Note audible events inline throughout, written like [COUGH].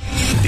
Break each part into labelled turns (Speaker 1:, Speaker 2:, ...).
Speaker 1: The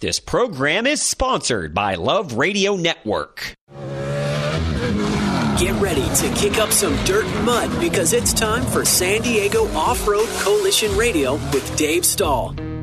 Speaker 2: This program is sponsored by Love Radio Network.
Speaker 3: Get ready to kick up some dirt and mud because it's time for San Diego Off Road Coalition Radio with Dave Stahl.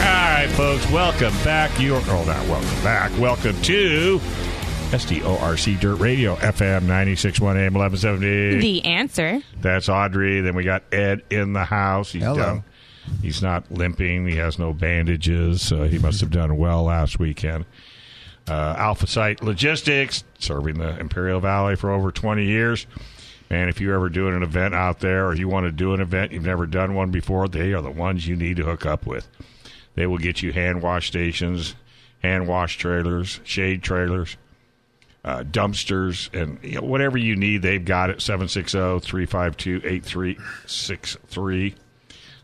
Speaker 4: All right, folks, welcome back. You are, oh, not welcome back. Welcome to SDORC Dirt Radio, FM 961 AM 1170.
Speaker 5: The answer.
Speaker 4: That's Audrey. Then we got Ed in the house. He's done. He's not limping. He has no bandages. So he must have done well last weekend. Uh, Alpha Site Logistics, serving the Imperial Valley for over 20 years. Man, if you're ever doing an event out there or you want to do an event, you've never done one before, they are the ones you need to hook up with. They will get you hand wash stations, hand wash trailers, shade trailers, uh, dumpsters, and you know, whatever you need, they've got it. oh, 760 352 8363.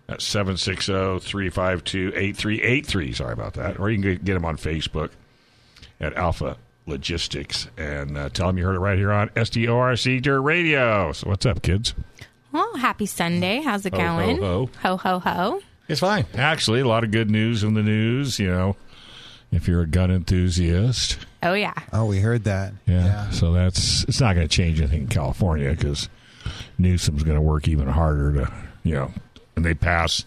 Speaker 4: That's oh, 760 352 8383. Sorry about that. Or you can get them on Facebook at Alpha Logistics and uh, tell them you heard it right here on SDORC Dirt Radio. So, what's up, kids?
Speaker 5: Well, happy Sunday. How's it
Speaker 4: Ho, ho,
Speaker 5: going?
Speaker 4: ho.
Speaker 5: ho ho ho.
Speaker 4: It's fine. Actually, a lot of good news in the news, you know, if you're a gun enthusiast.
Speaker 5: Oh yeah.
Speaker 6: Oh, we heard that.
Speaker 4: Yeah. So that's it's not going to change anything in California because Newsom's going to work even harder to you know, and they pass,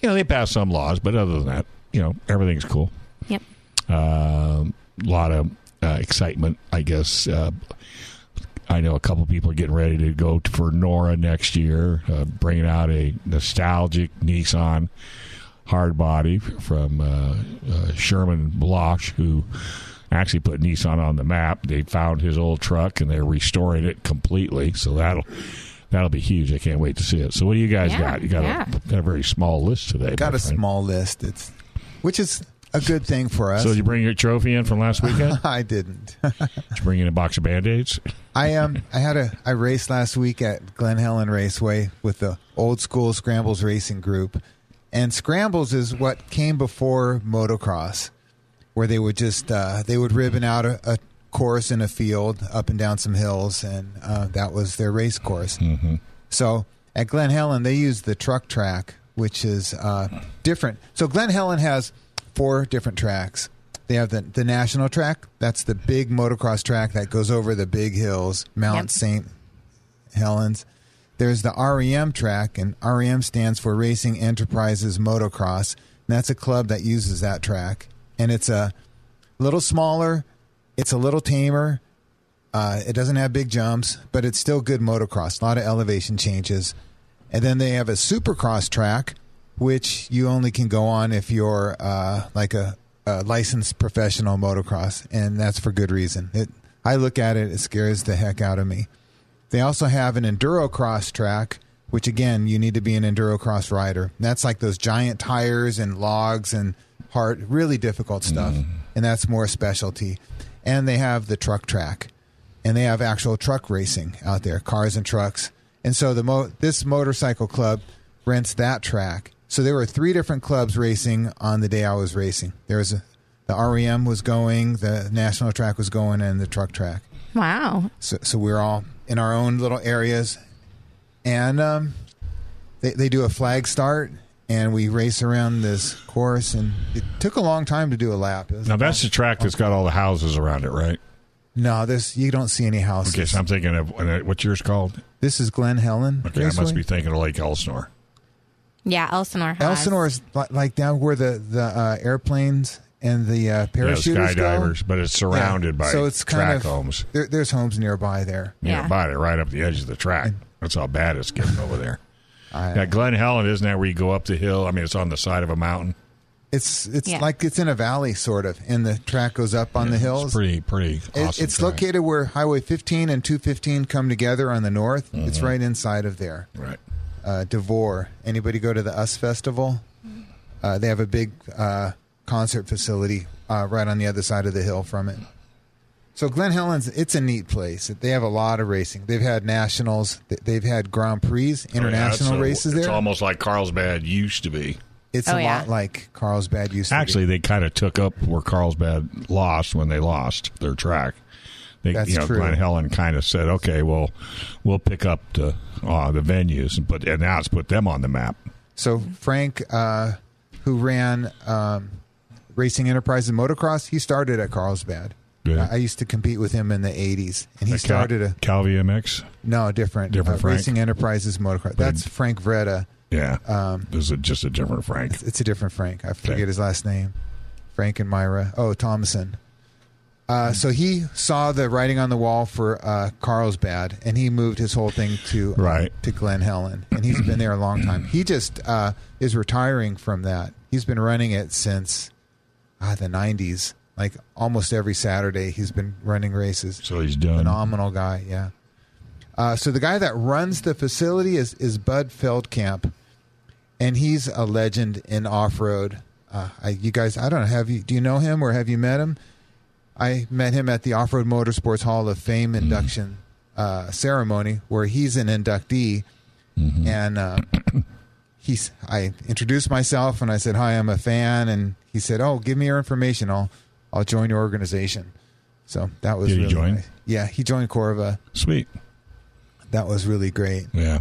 Speaker 4: you know, they pass some laws, but other than that, you know, everything's cool.
Speaker 5: Yep.
Speaker 4: Um, A lot of uh, excitement, I guess. Uh, I know a couple people are getting ready to go t- for Nora next year, uh, bringing out a nostalgic Nissan hardbody from uh, uh, Sherman Bloch, who actually put Nissan on the map. They found his old truck and they're restoring it completely. So that'll that'll be huge. I can't wait to see it. So what do you guys
Speaker 5: Yeah,
Speaker 4: got? You got,
Speaker 5: yeah.
Speaker 4: a, got a very small list today.
Speaker 6: Got
Speaker 4: my
Speaker 6: a
Speaker 4: friend.
Speaker 6: small list. It's which is a good thing for us.
Speaker 4: So did you bring your trophy in from last weekend?
Speaker 6: [LAUGHS] I didn't. [LAUGHS]
Speaker 4: did you bring in a box of band aids?
Speaker 6: I um I had a I raced last week at Glen Helen Raceway with the old school Scrambles Racing Group. And Scrambles is what came before motocross, where they would just uh, they would ribbon out a, a course in a field up and down some hills, and uh, that was their race course.
Speaker 4: Hmm.
Speaker 6: Mm-hmm. So at Glen Helen, they use the truck track, which is uh, different. So Glen Helen has four different tracks. They have the, the national track. That's the big motocross track that goes over the big hills, Mount
Speaker 5: Yep.
Speaker 6: St. Helens. There's the REM track, and REM stands for Racing Enterprises Motocross. And that's a club that uses that track. And it's a little smaller, it's a little tamer, uh, it doesn't have big jumps, but it's still good motocross. A lot of elevation changes. And then they have a supercross track, which you only can go on if you're uh, like a, a licensed professional motocross. And that's for good reason. It, I look at it, it scares the heck out of me. They also have an enduro cross track, which again, you need to be an enduro cross rider. And that's like those giant tires and logs and hard, really difficult stuff. And that's more specialty. And they have the truck track, and they have actual truck racing out there, cars and trucks. And so the mo- this motorcycle club rents that track. So there were three different clubs racing on the day I was racing. There was a, the REM was going, the national track was going, and the truck track.
Speaker 5: Wow.
Speaker 6: So, so we're all in our own little areas, and um, they they do a flag start, and we race around this course, and it took a long time to do a lap. It was-
Speaker 4: Now that's the track that's got all the houses around it, right?
Speaker 6: no, this you don't see any houses.
Speaker 4: Okay, so I'm thinking of and, uh, what's yours called?
Speaker 6: this is Glen Helen.
Speaker 4: Okay, I must be thinking of Lake Elsinore.
Speaker 5: Yeah, Elsinore. Has.
Speaker 6: Elsinore is li- like down where the the uh, airplanes and the uh,
Speaker 4: Yeah,
Speaker 6: parachuters
Speaker 4: skydivers,
Speaker 6: go.
Speaker 4: but it's surrounded
Speaker 6: Yeah.
Speaker 4: by
Speaker 6: so it's
Speaker 4: track
Speaker 6: kind of,
Speaker 4: homes.
Speaker 6: There, there's homes nearby there.
Speaker 4: Yeah,
Speaker 5: Yeah.
Speaker 4: by it right up the edge of the track. That's how bad it's getting over there.
Speaker 6: [LAUGHS] I-
Speaker 4: Now, Glen Helen isn't that where you go up the hill? I mean, it's on the side of a mountain.
Speaker 6: It's it's
Speaker 5: Yeah.
Speaker 6: like it's in a valley sort of, and the track goes up on the hills.
Speaker 4: It's pretty, pretty.
Speaker 6: It-
Speaker 4: awesome
Speaker 6: it's
Speaker 4: track.
Speaker 6: located where Highway 15 and 215 come together on the north. It's
Speaker 4: Mm-hmm.
Speaker 6: right inside of there.
Speaker 4: right.
Speaker 6: Uh, Devore. Anybody go to the US Festival?
Speaker 5: Mm-hmm.
Speaker 6: Uh, they have a big uh, concert facility uh, right on the other side of the hill from it. So Glen Helens, it's a neat place. They have a lot of racing. They've had nationals. th- They've had Grand Prix,
Speaker 4: Oh,
Speaker 6: international
Speaker 4: yeah, it's a-
Speaker 6: races
Speaker 4: It's
Speaker 6: there.
Speaker 4: almost like Carlsbad used to be.
Speaker 6: it's
Speaker 5: Oh,
Speaker 6: a
Speaker 5: yeah.
Speaker 6: lot like Carlsbad used to be.
Speaker 4: Actually, they kind of took up where Carlsbad lost when they lost their track. They,
Speaker 6: That's
Speaker 4: you know,
Speaker 6: true.
Speaker 4: Glen Helen kind of said, "Okay, well, we'll pick up the uh, the venues and put and now it's put them on the map."
Speaker 6: So Frank, uh, who ran um, Racing Enterprises Motocross, he started at Carlsbad.
Speaker 4: Did he?
Speaker 6: I I used to compete with him in the '80s, and he
Speaker 4: Like Cal-
Speaker 6: started a
Speaker 4: Cal VMX.
Speaker 6: no different, uh,
Speaker 4: Different Frank?
Speaker 6: Racing Enterprises Motocross. That's Frank Vreda.
Speaker 4: Yeah,
Speaker 6: Um,
Speaker 4: this is just a different Frank.
Speaker 6: It's a different Frank. I forget
Speaker 4: Okay.
Speaker 6: his last name. Frank and Myra. Oh, Thomason. Uh, so he saw the writing on the wall for uh, Carlsbad, and he moved his whole thing to uh,
Speaker 4: Right.
Speaker 6: to Glen Helen, and he's been there a long time. He just uh, is retiring from that. He's been running it since ah, the '90s, like almost every Saturday. He's been running races.
Speaker 4: So he's done.
Speaker 6: Phenomenal guy, yeah. Uh, so the guy that runs the facility is is Bud Feldkamp, and he's a legend in off road. Uh, I, you guys, I don't know, have you? Do you know him or have you met him? I met him at the Off Road Motorsports Hall of Fame
Speaker 4: Mm-hmm.
Speaker 6: induction uh, ceremony, where he's an inductee,
Speaker 4: Mm-hmm. [COUGHS]
Speaker 6: and uh, he's. I introduced myself and I said, "Hi, I'm a fan," and he said, "Oh, give me your information. I'll I'll join your organization." So that was
Speaker 4: Did he
Speaker 6: really
Speaker 4: join?
Speaker 6: nice. Yeah, he joined Corva.
Speaker 4: Sweet.
Speaker 6: That was really great.
Speaker 4: Yeah.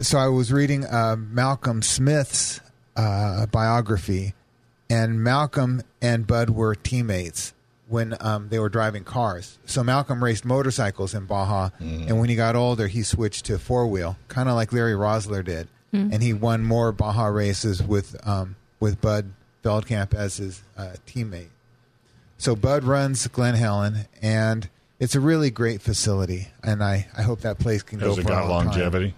Speaker 6: So I was reading uh, Malcolm Smith's uh, biography, and Malcolm and Bud were teammates when um, they were driving cars. So Malcolm raced motorcycles in Baja,
Speaker 4: Mm.
Speaker 6: and when he got older, he switched to four wheel, kind of like Larry Rosler did, and he won more Baja races with um, with Bud Feldkamp as his uh, teammate. So Bud runs Glen Helen, and it's a really great facility, and I, I hope that place can
Speaker 4: Has
Speaker 6: go for
Speaker 4: it
Speaker 6: a
Speaker 4: got
Speaker 6: long time.
Speaker 4: longevity?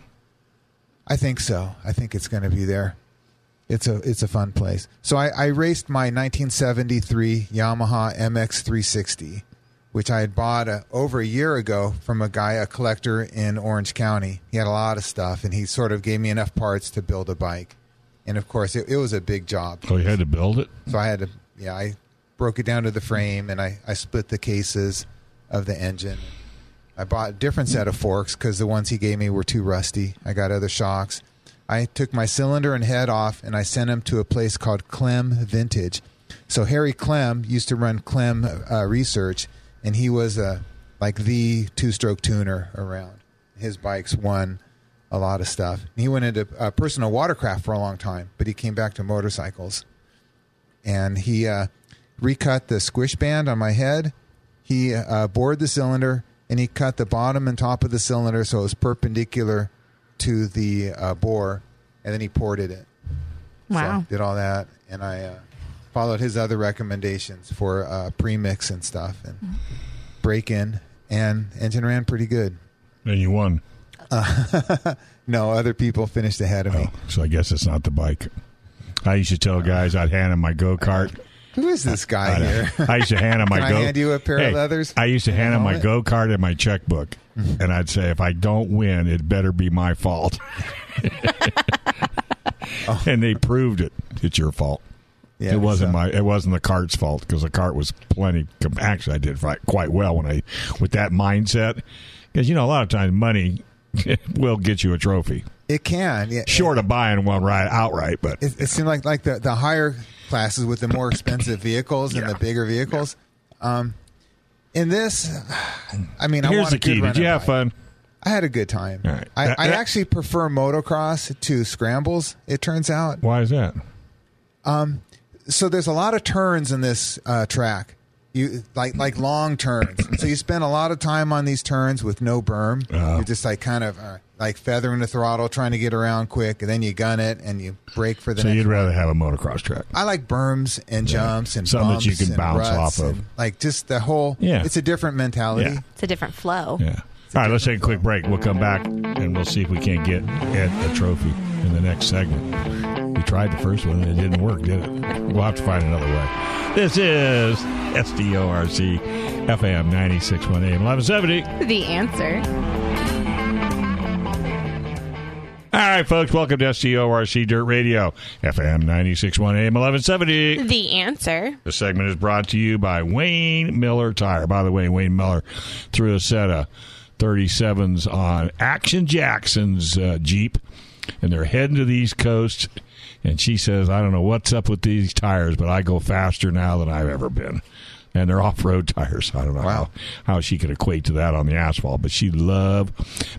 Speaker 6: I think so. I think it's going to be there. It's a it's a fun place. So I, I raced my 1973 Yamaha MX360, which I had bought uh over a year ago from a guy, a collector in Orange County. He had a lot of stuff, and he sort of gave me enough parts to build a bike. And of course, it, it was a big job.
Speaker 4: Oh, you had to build it.
Speaker 6: So I had to, yeah, I broke it down to the frame and I, I split the cases of the engine. I bought a different set of forks because the ones he gave me were too rusty. I got other shocks. I took my cylinder and head off and I sent them to a place called Clem Vintage. So Harry Clem used to run Clem uh, Research and he was uh, like the two stroke tuner around. His bikes won a lot of stuff. He went into uh, personal watercraft for a long time, but he came back to motorcycles and he uh, recut the squish band on my head. He uh, bored the cylinder and he cut the bottom and top of the cylinder so it was perpendicular to the uh, bore, and then he ported it.
Speaker 5: Wow.
Speaker 6: So did all that, and I uh, followed his other recommendations for uh, premix and stuff and break in, and engine ran pretty good.
Speaker 4: And you won.
Speaker 6: No, other people finished ahead of me.
Speaker 4: So I guess it's not the bike. I used to tell guys I'd hand them my go kart.
Speaker 6: Who is this guy here?
Speaker 4: Oh. [LAUGHS] I used to hand them my
Speaker 6: Can I
Speaker 4: go.
Speaker 6: hand you a pair of
Speaker 4: Hey,
Speaker 6: leathers
Speaker 4: I used to
Speaker 6: and a
Speaker 4: hand them my
Speaker 6: helmet?
Speaker 4: go kart and my
Speaker 6: [LAUGHS]
Speaker 4: checkbook, and I'd say, if I don't win, it better be my
Speaker 6: [LAUGHS]
Speaker 4: fault. And they proved it. It's your fault.
Speaker 6: Oh. Yeah,
Speaker 4: it wasn't
Speaker 6: so-
Speaker 4: my. It wasn't the cart's fault because the cart was plenty. com- Actually, I did fi- quite well when I with that mindset because you know a lot of times money [LAUGHS] will get you a trophy.
Speaker 6: It can. Yeah,
Speaker 4: Short of buying one right outright, but
Speaker 6: it, it seemed like like the, the higher classes with the more expensive vehicles and the bigger vehicles. Um, in this, I mean, I
Speaker 4: here's
Speaker 6: want
Speaker 4: the
Speaker 6: a good
Speaker 4: key. Did
Speaker 6: running
Speaker 4: you have
Speaker 6: bike.
Speaker 4: fun?
Speaker 6: I had a good time.
Speaker 4: All right. Uh,
Speaker 6: I,
Speaker 4: That-
Speaker 6: I
Speaker 4: that-
Speaker 6: actually prefer motocross to scrambles. It turns out
Speaker 4: Why is that?
Speaker 6: so there's a lot of turns in this uh, track. You like like
Speaker 4: Uh-huh.
Speaker 6: long turns, so you spend a lot of time on these turns with no berm. You're just like kind of uh, like feathering the throttle, trying to get around quick, and then you gun it and you brake for the
Speaker 4: So
Speaker 6: next
Speaker 4: you'd rather have a motocross track.
Speaker 6: I like berms and jumps and
Speaker 4: Something that
Speaker 6: bumps
Speaker 4: you can
Speaker 6: and
Speaker 4: bounce
Speaker 6: ruts
Speaker 4: off of.
Speaker 6: and, like just the whole.
Speaker 4: Yeah.
Speaker 6: it's a different mentality.
Speaker 4: Yeah.
Speaker 5: It's a different flow.
Speaker 4: Yeah. All right, let's take a quick break. We'll come back and we'll see if we can't get Ed a trophy in the next segment. We tried the first one and it didn't work, did it? We'll have to find another way. This is SDORC FM 961 AM 1170.
Speaker 5: The answer.
Speaker 4: All right, folks, welcome to SDORC Dirt Radio, FM 961 AM 1170.
Speaker 5: The answer.
Speaker 4: The segment is brought to you by Wayne Miller Tire. By the way, Wayne Miller threw a set of 37s on Action Jackson's uh, Jeep, and they're heading to the East Coast. And she says, I don't know what's up with these tires, but I go faster now than I've ever been. And they're off road [LAUGHS] tires. I don't know
Speaker 6: Wow.
Speaker 4: how, how she could equate to that on the asphalt, but she loved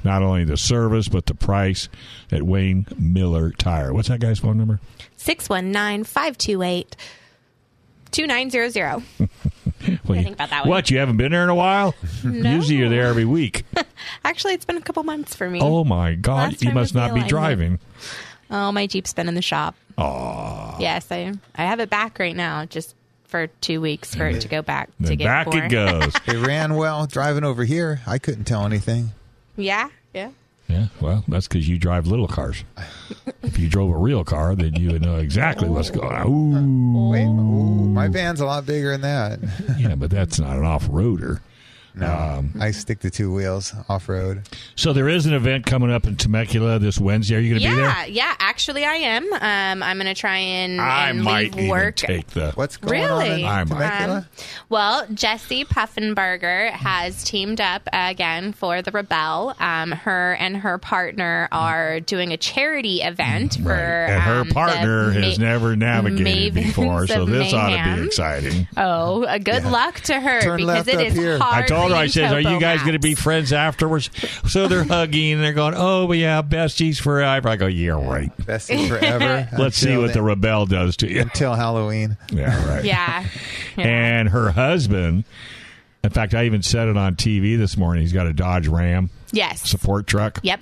Speaker 4: not only the service, but the price at Wayne Miller Tire. What's that guy's phone number?
Speaker 5: 619 528 2900.
Speaker 4: Well,
Speaker 5: think about that one.
Speaker 4: What? You haven't been there in a
Speaker 5: [LAUGHS]
Speaker 4: while? Usually you're there every week.
Speaker 5: Actually, it's been a couple months for me.
Speaker 4: Oh my God!
Speaker 5: Last
Speaker 4: You
Speaker 5: time
Speaker 4: must
Speaker 5: I
Speaker 4: not be
Speaker 5: realized it.
Speaker 4: driving.
Speaker 5: Oh, my Jeep's been in the shop. Oh. Yes, I I have it back right now just for 2 weeks for it to go back to
Speaker 4: Then
Speaker 5: get
Speaker 4: back
Speaker 5: more.
Speaker 4: it
Speaker 5: [LAUGHS]
Speaker 4: goes.
Speaker 6: It ran well driving over here. I couldn't tell anything.
Speaker 5: Yeah. Yeah.
Speaker 4: yeah. Well, that's because you drive little cars. If you drove a real car, then you would know exactly what's
Speaker 5: Oh.
Speaker 4: going on. Ooh.
Speaker 6: Wait, ooh, my van's a lot bigger than that. [LAUGHS]
Speaker 4: Yeah, but that's not an off-roader.
Speaker 6: I stick to two wheels off road.
Speaker 4: So there is an event coming up in Temecula this Wednesday. Are you going to be there?
Speaker 5: Yeah, yeah, actually I am. Um I'm going to try and,
Speaker 4: I
Speaker 5: and
Speaker 4: might
Speaker 5: leave
Speaker 4: even
Speaker 5: work.
Speaker 4: take the.
Speaker 6: What's going on in
Speaker 5: Really?
Speaker 4: I might.
Speaker 6: Temecula?
Speaker 5: Um, well, Jessie Puffenberger has teamed up again for the Rebel. Um, her and her partner are doing a charity event for.
Speaker 4: Mm, Right. and her
Speaker 5: um, the
Speaker 4: partner has
Speaker 5: Ma-
Speaker 4: never navigated
Speaker 5: Mavens [LAUGHS]
Speaker 4: before, so
Speaker 5: of
Speaker 4: this ought to
Speaker 5: Mayhem.
Speaker 4: be exciting.
Speaker 5: Oh, a good luck to her
Speaker 6: Turn
Speaker 5: because
Speaker 6: left
Speaker 5: it
Speaker 6: up
Speaker 5: is
Speaker 6: here.
Speaker 5: hard.
Speaker 4: I told her, I
Speaker 5: reading
Speaker 4: says, "Are you
Speaker 5: topo
Speaker 4: guys
Speaker 5: maps."
Speaker 4: going to be friends afterwards?" So [LAUGHS] they're hugging and they're going, "Oh, but yeah, besties forever." I go, "Yeah, right."
Speaker 6: Best thing
Speaker 5: [LAUGHS]
Speaker 6: forever.
Speaker 4: Let's see
Speaker 6: until
Speaker 4: what the
Speaker 6: then-
Speaker 4: rebel does to you. [LAUGHS]
Speaker 6: until Halloween.
Speaker 4: Yeah, right.
Speaker 5: Yeah. Yeah.
Speaker 4: And her husband. In fact, I even said it on TV this morning. He's got a Dodge Ram
Speaker 5: yes.
Speaker 4: support truck.
Speaker 5: Yep.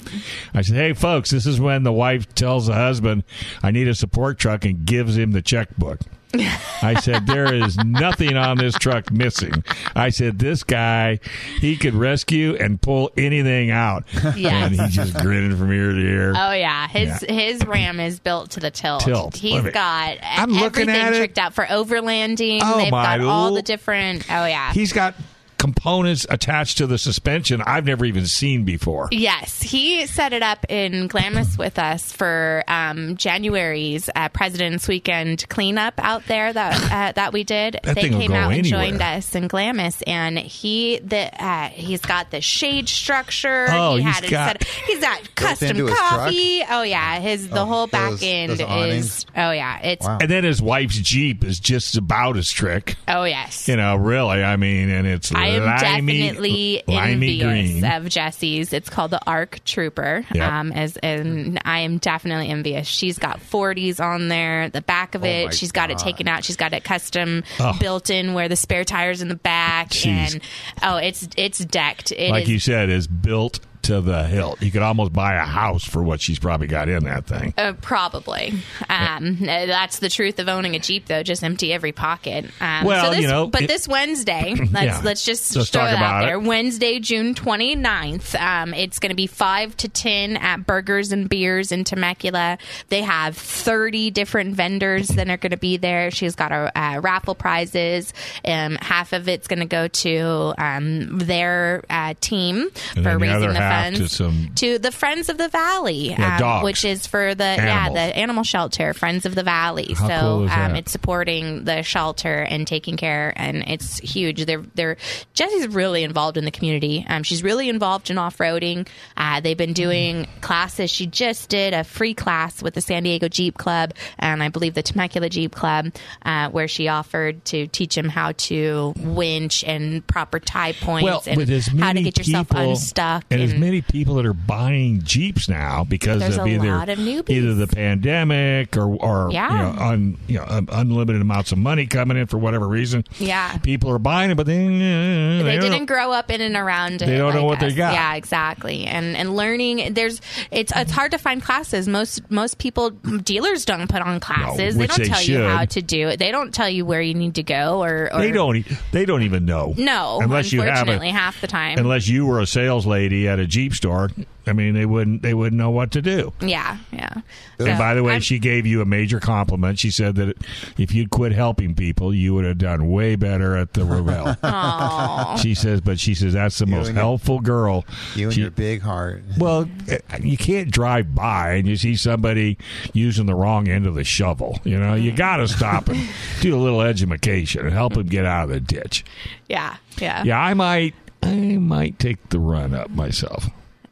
Speaker 4: I said, "Hey, folks, this is when the wife tells the husband, "I need a support truck," and gives him the checkbook."
Speaker 5: [LAUGHS]
Speaker 4: I said, "There is nothing on this truck missing." I said, "This guy, he could rescue and pull anything out."
Speaker 5: Yes.
Speaker 4: And he just grinning from ear to ear.
Speaker 5: Oh yeah, his
Speaker 4: Yeah.
Speaker 5: his ram is built to the tilt.
Speaker 4: Tilt.
Speaker 5: He's
Speaker 4: Love it.
Speaker 5: got
Speaker 4: I'm looking
Speaker 5: everything
Speaker 4: at it.
Speaker 5: tricked out for overlanding.
Speaker 4: Oh,
Speaker 5: They've
Speaker 4: my
Speaker 5: got all
Speaker 4: l-
Speaker 5: the different. Oh yeah,
Speaker 4: He's got components attached to the suspension I've never even seen before.
Speaker 5: Yes, he set it up in Glamis with us for um, January's uh, President's Weekend cleanup out there
Speaker 4: [SIGHS]
Speaker 5: that uh, that we did.
Speaker 4: That
Speaker 5: they
Speaker 4: thing'll
Speaker 5: came
Speaker 4: go
Speaker 5: out and
Speaker 4: anywhere.
Speaker 5: joined us in Glamis, and he the uh, he's got the shade structure.
Speaker 4: Oh,
Speaker 5: he
Speaker 4: he's
Speaker 5: had it
Speaker 4: got-
Speaker 5: set- he's got
Speaker 6: into
Speaker 5: custom
Speaker 6: his truck?
Speaker 5: coffee. Oh yeah, his the
Speaker 6: Oh,
Speaker 5: whole back
Speaker 6: those-
Speaker 5: end
Speaker 6: those awnings?
Speaker 5: is. Oh yeah, it's
Speaker 6: Wow.
Speaker 4: And then his wife's Jeep is just about as trick.
Speaker 5: oh yes.
Speaker 4: You know, really, I mean, and it's
Speaker 5: I am
Speaker 4: limey,
Speaker 5: definitely
Speaker 4: limey
Speaker 5: envious
Speaker 4: green.
Speaker 5: of Jesse's. It's called the Arc Trooper.
Speaker 4: Yep.
Speaker 5: Um, as and I am definitely envious. She's got 40s on there, the back
Speaker 4: Oh
Speaker 5: of
Speaker 6: my
Speaker 5: it. She's got it taken out. She's got it custom built in where the spare tires in the back.
Speaker 4: Jeez.
Speaker 5: And oh, it's it's decked. It
Speaker 4: like
Speaker 5: is-
Speaker 4: you said, is built to the hilt. You could almost buy a house for what she's probably got in that thing.
Speaker 5: Uh, probably. Um, uh, That's the truth of owning a Jeep, though. Just empty every pocket. Um,
Speaker 4: Well,
Speaker 5: so this,
Speaker 4: you know,
Speaker 5: but
Speaker 4: it- [CLEARS THROAT]
Speaker 5: this Wednesday, let's
Speaker 4: Yeah.
Speaker 5: let's just
Speaker 4: Let's
Speaker 5: throw
Speaker 4: talk
Speaker 5: it
Speaker 4: about
Speaker 5: out
Speaker 4: it.
Speaker 5: there. Wednesday, June 29th. Um, it's going to be five to ten at Burgers and Beers in Temecula. They have thirty different vendors that are going to be there. She's got a uh, raffle prizes. Um, half of it's going to go to um, their uh, team
Speaker 4: And
Speaker 5: for
Speaker 4: then the
Speaker 5: raising
Speaker 4: other
Speaker 5: the
Speaker 4: half
Speaker 5: funds
Speaker 4: to some-
Speaker 5: to the Friends of the Valley, um,
Speaker 4: Yeah, dogs.
Speaker 5: which is for the
Speaker 4: Animals.
Speaker 5: yeah the animal shelter, Friends of the Valley.
Speaker 4: How
Speaker 5: so
Speaker 4: cool is
Speaker 5: um,
Speaker 4: that?
Speaker 5: it's supporting the shelter and taking care, and it's huge. They're they're Jessie's really involved in the community. Um, she's really involved in off roading. Uh, they've been doing classes. She just did a free class with the San Diego Jeep Club and I believe the Temecula Jeep Club, uh, where she offered to teach him how to winch and proper tie points and how to get yourself unstuck.
Speaker 4: and, as many people that are buying Jeeps now because
Speaker 5: There's
Speaker 4: of
Speaker 5: a
Speaker 4: either
Speaker 5: lot of newbies.
Speaker 4: either the pandemic or or you
Speaker 5: Yeah.
Speaker 4: know, un, you know, um, unlimited amounts of money coming in for whatever reason.
Speaker 5: Yeah.
Speaker 4: people are buying it, but they they,
Speaker 5: they
Speaker 4: don't-
Speaker 5: didn't grow up in and around it.
Speaker 4: They don't know what they
Speaker 5: us.
Speaker 4: got.
Speaker 5: Yeah, exactly. And and learning there's it's it's hard to find classes. Most most people dealers don't put on classes. they
Speaker 4: which
Speaker 5: don't
Speaker 4: they
Speaker 5: tell you how
Speaker 4: should.
Speaker 5: to do it. They don't tell you where you need to go or, or
Speaker 4: They don't. e- They don't even know.
Speaker 5: No,
Speaker 4: unless you have
Speaker 5: unfortunately
Speaker 4: a,
Speaker 5: half the time.
Speaker 4: unless you were a sales lady at a Jeep store. I mean, they wouldn't. They wouldn't know what to do.
Speaker 5: yeah,
Speaker 4: [LAUGHS]
Speaker 5: yeah.
Speaker 4: And
Speaker 5: So,
Speaker 4: by the way,
Speaker 5: I'm-
Speaker 4: she gave you a major compliment. She said that if you'd quit helping people, you would have done way better at the
Speaker 5: [LAUGHS]
Speaker 4: Ravel. she says, but she says that's the most
Speaker 6: and your-
Speaker 4: helpful girl.
Speaker 6: You and
Speaker 4: She-
Speaker 6: your big heart.
Speaker 4: well, eh, you can't drive by and you see somebody using the wrong end of the shovel. You know,
Speaker 5: Mm-hmm.
Speaker 4: you got to stop and do a little education and help them get out of the ditch.
Speaker 5: yeah, yeah, yeah.
Speaker 4: Yeah, I might, I might take the run up myself.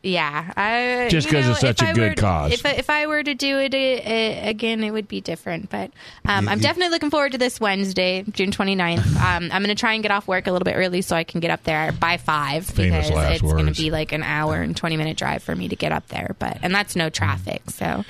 Speaker 5: I,
Speaker 4: Just
Speaker 5: you
Speaker 4: 'cause
Speaker 5: know,
Speaker 4: it's such
Speaker 5: if
Speaker 4: a
Speaker 5: I
Speaker 4: good
Speaker 5: were-
Speaker 4: cause.
Speaker 5: If I, if I were to do it uh, uh, again, it would be different. But um, I'm definitely looking forward to this Wednesday,
Speaker 4: [LAUGHS]
Speaker 5: June 29th. Um, I'm going to try and get off work a little bit early so I can get up there by five
Speaker 4: Famous
Speaker 5: because
Speaker 4: last
Speaker 5: it's going to
Speaker 4: words.
Speaker 5: be like an hour and 20 minute drive for me to get up there. But and that's no traffic, so.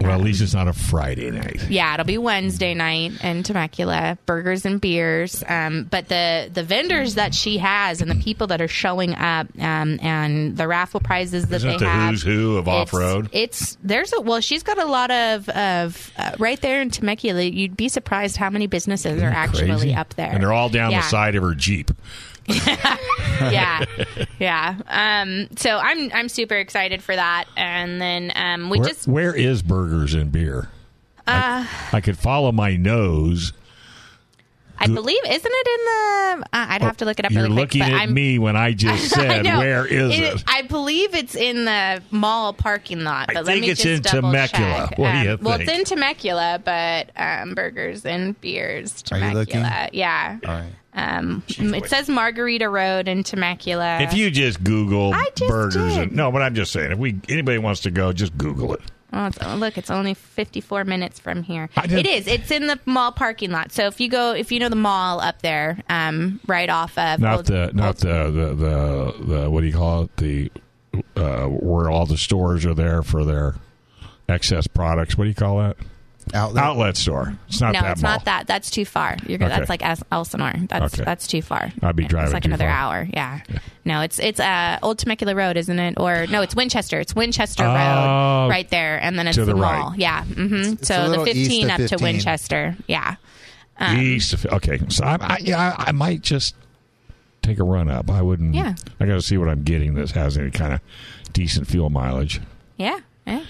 Speaker 4: Well, at least it's not a Friday night.
Speaker 5: Yeah, it'll be Wednesday night in Temecula, burgers and beers. Um, but the the vendors that she has and the people that are showing up um, and the raffle prizes that
Speaker 4: Isn't it
Speaker 5: they
Speaker 4: the
Speaker 5: have.
Speaker 4: who's who of
Speaker 5: it's-
Speaker 4: off-road?
Speaker 5: It's there's a well, she's got a lot of of uh, right there in Temecula. You'd be surprised how many businesses are actually
Speaker 4: Crazy.
Speaker 5: up there,
Speaker 4: and they're all down
Speaker 5: Yeah.
Speaker 4: the side of her Jeep. [LAUGHS]
Speaker 5: yeah, yeah. Um, so I'm I'm super excited for that. And then um, we
Speaker 4: Where,
Speaker 5: just Uh,
Speaker 4: where is burgers and beer? I, I could follow my nose.
Speaker 5: I believe isn't it in the? Uh, I'd have to look it up.
Speaker 4: Oh, You're
Speaker 5: really quick,
Speaker 4: looking
Speaker 5: but
Speaker 4: at
Speaker 5: I'm,
Speaker 4: me when I just
Speaker 5: [LAUGHS]
Speaker 4: said,
Speaker 5: I know.
Speaker 4: "Where is it?"
Speaker 5: I believe it's in the mall parking lot.
Speaker 4: I
Speaker 5: But let
Speaker 4: think
Speaker 5: me
Speaker 4: it's
Speaker 5: just
Speaker 4: in
Speaker 5: double
Speaker 4: Temecula.
Speaker 5: check.
Speaker 4: What do
Speaker 5: Um,
Speaker 4: you
Speaker 5: Well,
Speaker 4: think?
Speaker 5: it's in Temecula, but um, burgers and beers.
Speaker 6: Are you
Speaker 5: Temecula.
Speaker 6: looking?
Speaker 5: Yeah.
Speaker 6: All right.
Speaker 5: Um, it says Margarita Road in Temecula.
Speaker 4: if you just Google
Speaker 5: uh, I just
Speaker 4: burgers,
Speaker 5: did.
Speaker 4: and no, but I'm just saying, if we anybody wants to go, just Google it.
Speaker 5: Oh, it's, oh, look, it's only 54 minutes from here.
Speaker 4: I didn't-
Speaker 5: It is. It's in the mall parking lot. So if you go, if you know the mall up there, um, right off of
Speaker 4: Not
Speaker 5: Old-
Speaker 4: the not
Speaker 5: Old-
Speaker 4: the, the the the what do you call it? The uh, where all the stores are there for their excess products. What do you call that?
Speaker 6: Outlet.
Speaker 4: Outlet store. It's not
Speaker 5: No,
Speaker 4: that
Speaker 5: it's
Speaker 4: mall.
Speaker 5: not that. That's too far. You're good.
Speaker 4: Okay.
Speaker 5: That's like Es- Elsinore. That's
Speaker 4: Okay.
Speaker 5: that's too far.
Speaker 4: I'd be driving
Speaker 5: It's like
Speaker 4: too
Speaker 5: another
Speaker 4: far.
Speaker 5: hour. Yeah. No, it's it's uh, Old Temecula Road, isn't it? Or no, it's Winchester. It's Winchester
Speaker 4: Oh.
Speaker 5: Road, right there, and then it's
Speaker 4: To
Speaker 5: the,
Speaker 4: the right.
Speaker 5: mall. Yeah. hmm
Speaker 6: a
Speaker 5: so the
Speaker 6: little east
Speaker 5: 15
Speaker 6: of
Speaker 5: up to
Speaker 6: 15.
Speaker 5: Winchester. Yeah. Um,
Speaker 4: East of- okay, so I, I, yeah, I, I might just take a run up. I wouldn't.
Speaker 5: Yeah.
Speaker 4: I got to see what I'm getting that has any kind of decent fuel mileage.
Speaker 5: Yeah. yeah.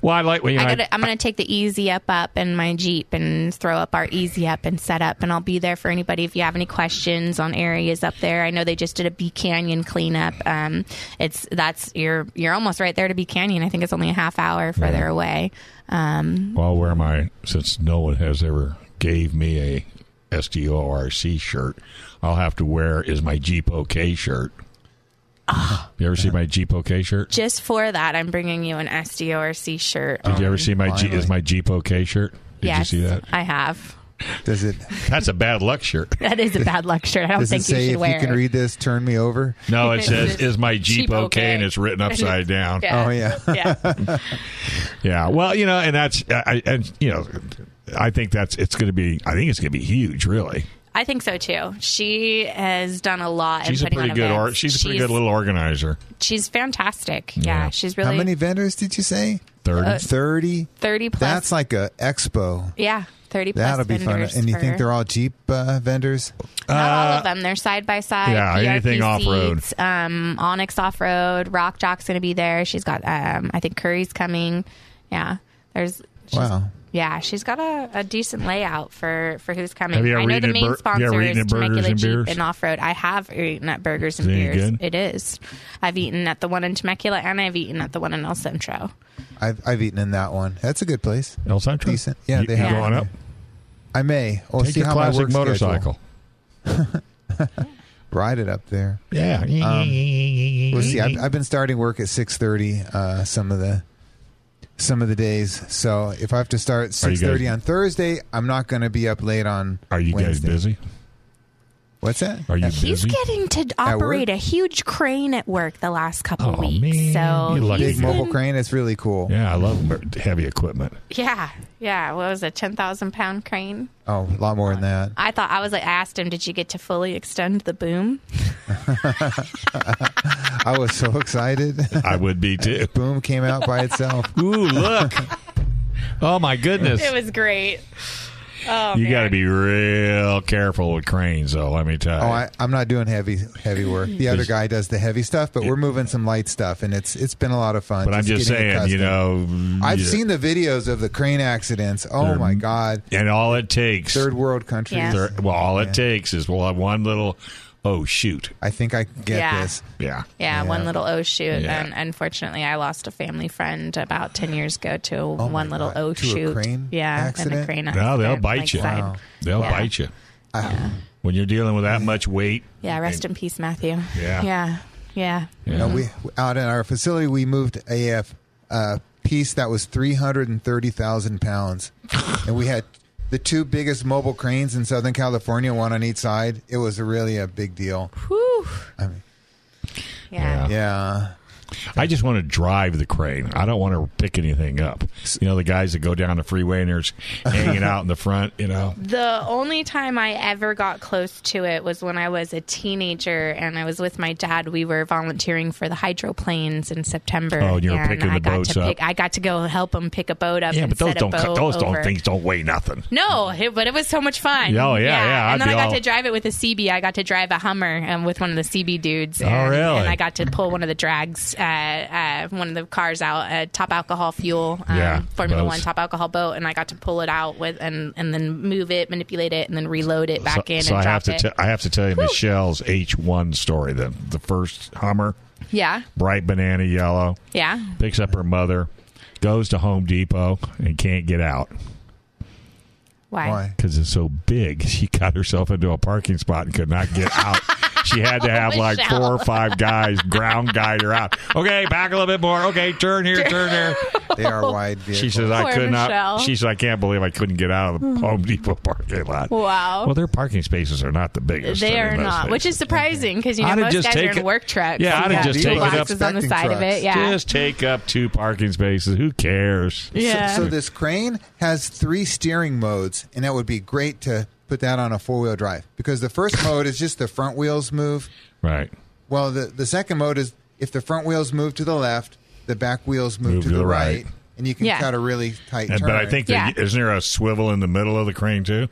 Speaker 4: Well, I like. You know,
Speaker 5: I gotta, I'm going to take the easy up up in my Jeep and throw up our easy up and set up, and I'll be there for anybody if you have any questions on areas up there. I know they just did a Bee Canyon cleanup. Um, it's that's you're you're almost right there to Bee Canyon. I think it's only a half hour further away.
Speaker 4: well, where am I? Since no one has ever gave me a SDORC shirt, I'll have to wear is my Jeep OK shirt. You ever see my Jeep OK shirt?
Speaker 5: Just for that, I'm bringing you an SDORC shirt.
Speaker 4: Did you ever see my Jeep,
Speaker 6: finally.
Speaker 4: is my Jeep OK shirt? Oh, Did
Speaker 5: yes,
Speaker 4: you see that?
Speaker 5: I have.
Speaker 6: Does it?
Speaker 4: That's a bad luck shirt.
Speaker 5: That is a bad luck shirt. I don't
Speaker 6: Does it
Speaker 5: think Oh, you
Speaker 6: say
Speaker 5: should
Speaker 6: if
Speaker 5: wear
Speaker 6: you can
Speaker 5: it.
Speaker 6: read this, turn me over?
Speaker 4: No,
Speaker 5: [LAUGHS]
Speaker 4: it says is my Jeep,
Speaker 5: Jeep
Speaker 4: okay?
Speaker 5: okay?
Speaker 4: and it's written upside
Speaker 5: [LAUGHS]
Speaker 4: down.
Speaker 5: Yeah.
Speaker 6: Oh yeah.
Speaker 5: yeah.
Speaker 4: Yeah. Well, you know, and that's I, I- and you know, I think that's it's going to be. I think it's going to be huge. Really,
Speaker 5: I think so too. She has done a lot.
Speaker 4: she's
Speaker 5: in
Speaker 4: a
Speaker 5: putting
Speaker 4: pretty
Speaker 5: on
Speaker 4: good.
Speaker 5: events.
Speaker 4: Or, she's a pretty good little organizer.
Speaker 5: She's fantastic. Yeah,
Speaker 4: Yeah.
Speaker 5: she's really
Speaker 6: How many vendors did you say?
Speaker 4: Thirty.
Speaker 6: Uh, Thirty.
Speaker 5: 30 plus.
Speaker 6: That's like a expo.
Speaker 5: yeah, 30 plus.
Speaker 6: That'll be fun.
Speaker 5: vendors
Speaker 6: And you
Speaker 5: for-
Speaker 6: think they're all Jeep uh, vendors?
Speaker 5: Not all of them. They're side by side.
Speaker 4: Ah. yeah, anything
Speaker 5: PRP
Speaker 4: off-road.
Speaker 5: seats, Um, Onyx off road. Rock Jock's going to be there. She's got, um, I think Curry's coming. Yeah, there's. she's-
Speaker 6: Wow.
Speaker 5: Yeah, she's got a, a decent layout for, for who's coming.
Speaker 4: Have you ever
Speaker 5: I know
Speaker 4: eaten
Speaker 5: the
Speaker 4: at
Speaker 5: main
Speaker 4: Bur- you ever
Speaker 5: sponsor
Speaker 4: eaten
Speaker 5: is
Speaker 4: at Burgers
Speaker 5: Temecula
Speaker 4: and
Speaker 5: Jeep
Speaker 4: Beers?
Speaker 5: and Off Road. I have eaten at Burgers and
Speaker 4: Is it any
Speaker 5: Beers.
Speaker 4: good?
Speaker 5: It is. I've eaten at the one in Temecula and I've eaten at the one in El Centro.
Speaker 6: I've I've eaten in that one. That's a good place.
Speaker 4: El Centro.
Speaker 6: Decent. Yeah,
Speaker 4: You-
Speaker 6: they
Speaker 4: you
Speaker 6: have
Speaker 4: going
Speaker 6: it.
Speaker 4: up.
Speaker 6: I may. We'll
Speaker 4: Take
Speaker 6: see
Speaker 4: your
Speaker 6: how my
Speaker 4: classic
Speaker 6: work
Speaker 4: motorcycle.
Speaker 6: Schedule. Ride it up there.
Speaker 4: Yeah. Um,
Speaker 6: We'll see. I've, I've been starting work at six thirty. Uh, some of the some of the days. So if I have to start
Speaker 4: Are you
Speaker 6: six
Speaker 4: guys-
Speaker 6: thirty on Thursday, I'm not going to be up late on.
Speaker 4: Are you guys
Speaker 6: Wednesday.
Speaker 4: busy?
Speaker 6: What's that?
Speaker 4: Are you
Speaker 5: He's
Speaker 4: busy?
Speaker 5: getting to operate
Speaker 6: work?
Speaker 5: a huge crane at work the last couple
Speaker 4: Oh,
Speaker 5: weeks.
Speaker 4: man, you
Speaker 5: so
Speaker 4: lucky
Speaker 5: he's
Speaker 6: Big
Speaker 4: He's
Speaker 6: mobile
Speaker 5: been-
Speaker 6: crane. It's really cool.
Speaker 4: Yeah, I love heavy equipment.
Speaker 5: Yeah, yeah. What was it? Ten thousand pound crane.
Speaker 6: Oh, a lot more than that.
Speaker 5: I thought I was like I asked him, did you get to fully extend the boom?
Speaker 6: I was so [LAUGHS] excited.
Speaker 4: I would be too.
Speaker 6: Boom came out by itself.
Speaker 4: [LAUGHS] Ooh, look. Oh my goodness.
Speaker 5: It was great. Oh,
Speaker 4: you
Speaker 5: man.
Speaker 4: got to be real careful with cranes though, let me tell you.
Speaker 6: Oh, I, I'm not doing heavy heavy work. The other guy does the heavy stuff, but we're moving some light stuff, and it's it's been a lot of fun.
Speaker 4: but I'm just
Speaker 6: getting
Speaker 4: saying, you
Speaker 6: accustomed.
Speaker 4: know,
Speaker 6: I've
Speaker 4: yeah.
Speaker 6: seen the videos of the crane accidents. Oh my god,
Speaker 4: and all it takes
Speaker 6: third world countries.
Speaker 5: Yeah.
Speaker 4: thir- well, all it takes is well one little oh shoot.
Speaker 6: I think I can get
Speaker 5: Yeah.
Speaker 6: this.
Speaker 4: Yeah.
Speaker 5: Yeah, one little oh shoot,
Speaker 4: Yeah.
Speaker 5: and unfortunately, I lost a family friend about ten years ago to one
Speaker 6: my
Speaker 5: little
Speaker 6: God.
Speaker 5: oh
Speaker 6: To a
Speaker 5: shoot.
Speaker 6: crane
Speaker 5: yeah, and
Speaker 6: accident?
Speaker 5: a crane.
Speaker 4: No, they'll
Speaker 5: accident,
Speaker 4: bite
Speaker 5: like,
Speaker 4: you.
Speaker 5: side-
Speaker 4: They'll
Speaker 5: Yeah.
Speaker 4: bite you. When you're dealing with that much weight,
Speaker 5: Yeah, rest in peace, Matthew.
Speaker 4: Yeah.
Speaker 5: yeah, yeah.
Speaker 6: You know, Uh, we out in our facility, we moved a uh, piece that was
Speaker 4: [LAUGHS]
Speaker 6: 330,000 pounds, and we had the two biggest mobile cranes in Southern California, one on each side. It was really a big deal.
Speaker 5: Whew.
Speaker 6: I mean,
Speaker 5: Yeah.
Speaker 6: yeah.
Speaker 4: I just want to drive the crane. I don't want to pick anything up. You know, the guys that go down the freeway and there's hanging out in the front, you know.
Speaker 5: The only time I ever got close to it was when I was a teenager and I was with my dad. We were volunteering for the hydroplanes in September.
Speaker 4: Oh, and you were
Speaker 5: and
Speaker 4: picking
Speaker 5: I
Speaker 4: the
Speaker 5: got
Speaker 4: boats
Speaker 5: to
Speaker 4: up.
Speaker 5: pick, I got to go help him pick a boat up.
Speaker 4: Yeah,
Speaker 5: and
Speaker 4: but those
Speaker 5: set a
Speaker 4: don't
Speaker 5: boat
Speaker 4: those don't
Speaker 5: over.
Speaker 4: things don't weigh nothing.
Speaker 5: No, it, but it was so much fun.
Speaker 4: Yeah, oh, yeah, yeah, I'd
Speaker 5: And then
Speaker 4: be
Speaker 5: I got
Speaker 4: all-
Speaker 5: to drive it with a CB. I got to drive a Hummer um, with one of the CB dudes. um, And,
Speaker 4: Oh, really?
Speaker 5: And I got to pull one of the drags, uh, uh, one of the cars out, uh, top alcohol fuel, um,
Speaker 4: Yeah,
Speaker 5: Formula
Speaker 4: those.
Speaker 5: One top alcohol boat, and I got to pull it out with and and then move it, manipulate it, and then reload it back
Speaker 4: so,
Speaker 5: in
Speaker 4: so
Speaker 5: and
Speaker 4: I have
Speaker 5: drop
Speaker 4: to
Speaker 5: it.
Speaker 4: te- I have to tell you Michelle's H one story. The the first Hummer,
Speaker 5: yeah,
Speaker 4: bright banana yellow,
Speaker 5: yeah.
Speaker 4: picks up her mother, goes to Home Depot and can't get out
Speaker 5: Why?
Speaker 6: Why?
Speaker 4: because it's so big. She got herself into a parking spot and could not get out. She had to have like
Speaker 5: Michelle.
Speaker 4: four or five guys ground guide her out. Okay, back a little bit more. Okay, turn here, turn there.
Speaker 5: [LAUGHS]
Speaker 6: They are wide vehicles.
Speaker 4: She says I
Speaker 5: Poor
Speaker 4: could
Speaker 5: Michelle.
Speaker 4: not. She said I can't believe I couldn't get out of the Home Depot parking lot.
Speaker 5: Wow.
Speaker 4: Well, their parking spaces are not the biggest. I
Speaker 5: They
Speaker 4: mean,
Speaker 5: are
Speaker 4: let's
Speaker 5: not,
Speaker 4: face
Speaker 5: which
Speaker 4: it.
Speaker 5: is surprising because you know
Speaker 4: I'd have
Speaker 5: most
Speaker 4: just
Speaker 5: guys are
Speaker 4: taken-
Speaker 5: in work trucks.
Speaker 4: Yeah, I'd
Speaker 5: You
Speaker 4: have
Speaker 5: got
Speaker 4: just taken up-
Speaker 5: boxes on the side of it. Yeah,
Speaker 4: Just take up two parking spaces. Who cares?
Speaker 5: yeah.
Speaker 6: So this crane has three steering modes, and that would be great to put that on a four wheel drive because
Speaker 5: [LAUGHS]
Speaker 6: the first mode is just the front wheels move.
Speaker 4: Right.
Speaker 6: Well, the the second mode is if the front wheels move to the left, the back wheels move, to, the right. and you can
Speaker 5: Yeah.
Speaker 6: cut a really tight
Speaker 4: And,
Speaker 6: turn.
Speaker 4: but I think there,
Speaker 5: Yeah.
Speaker 4: isn't there a swivel in the middle of the crane too?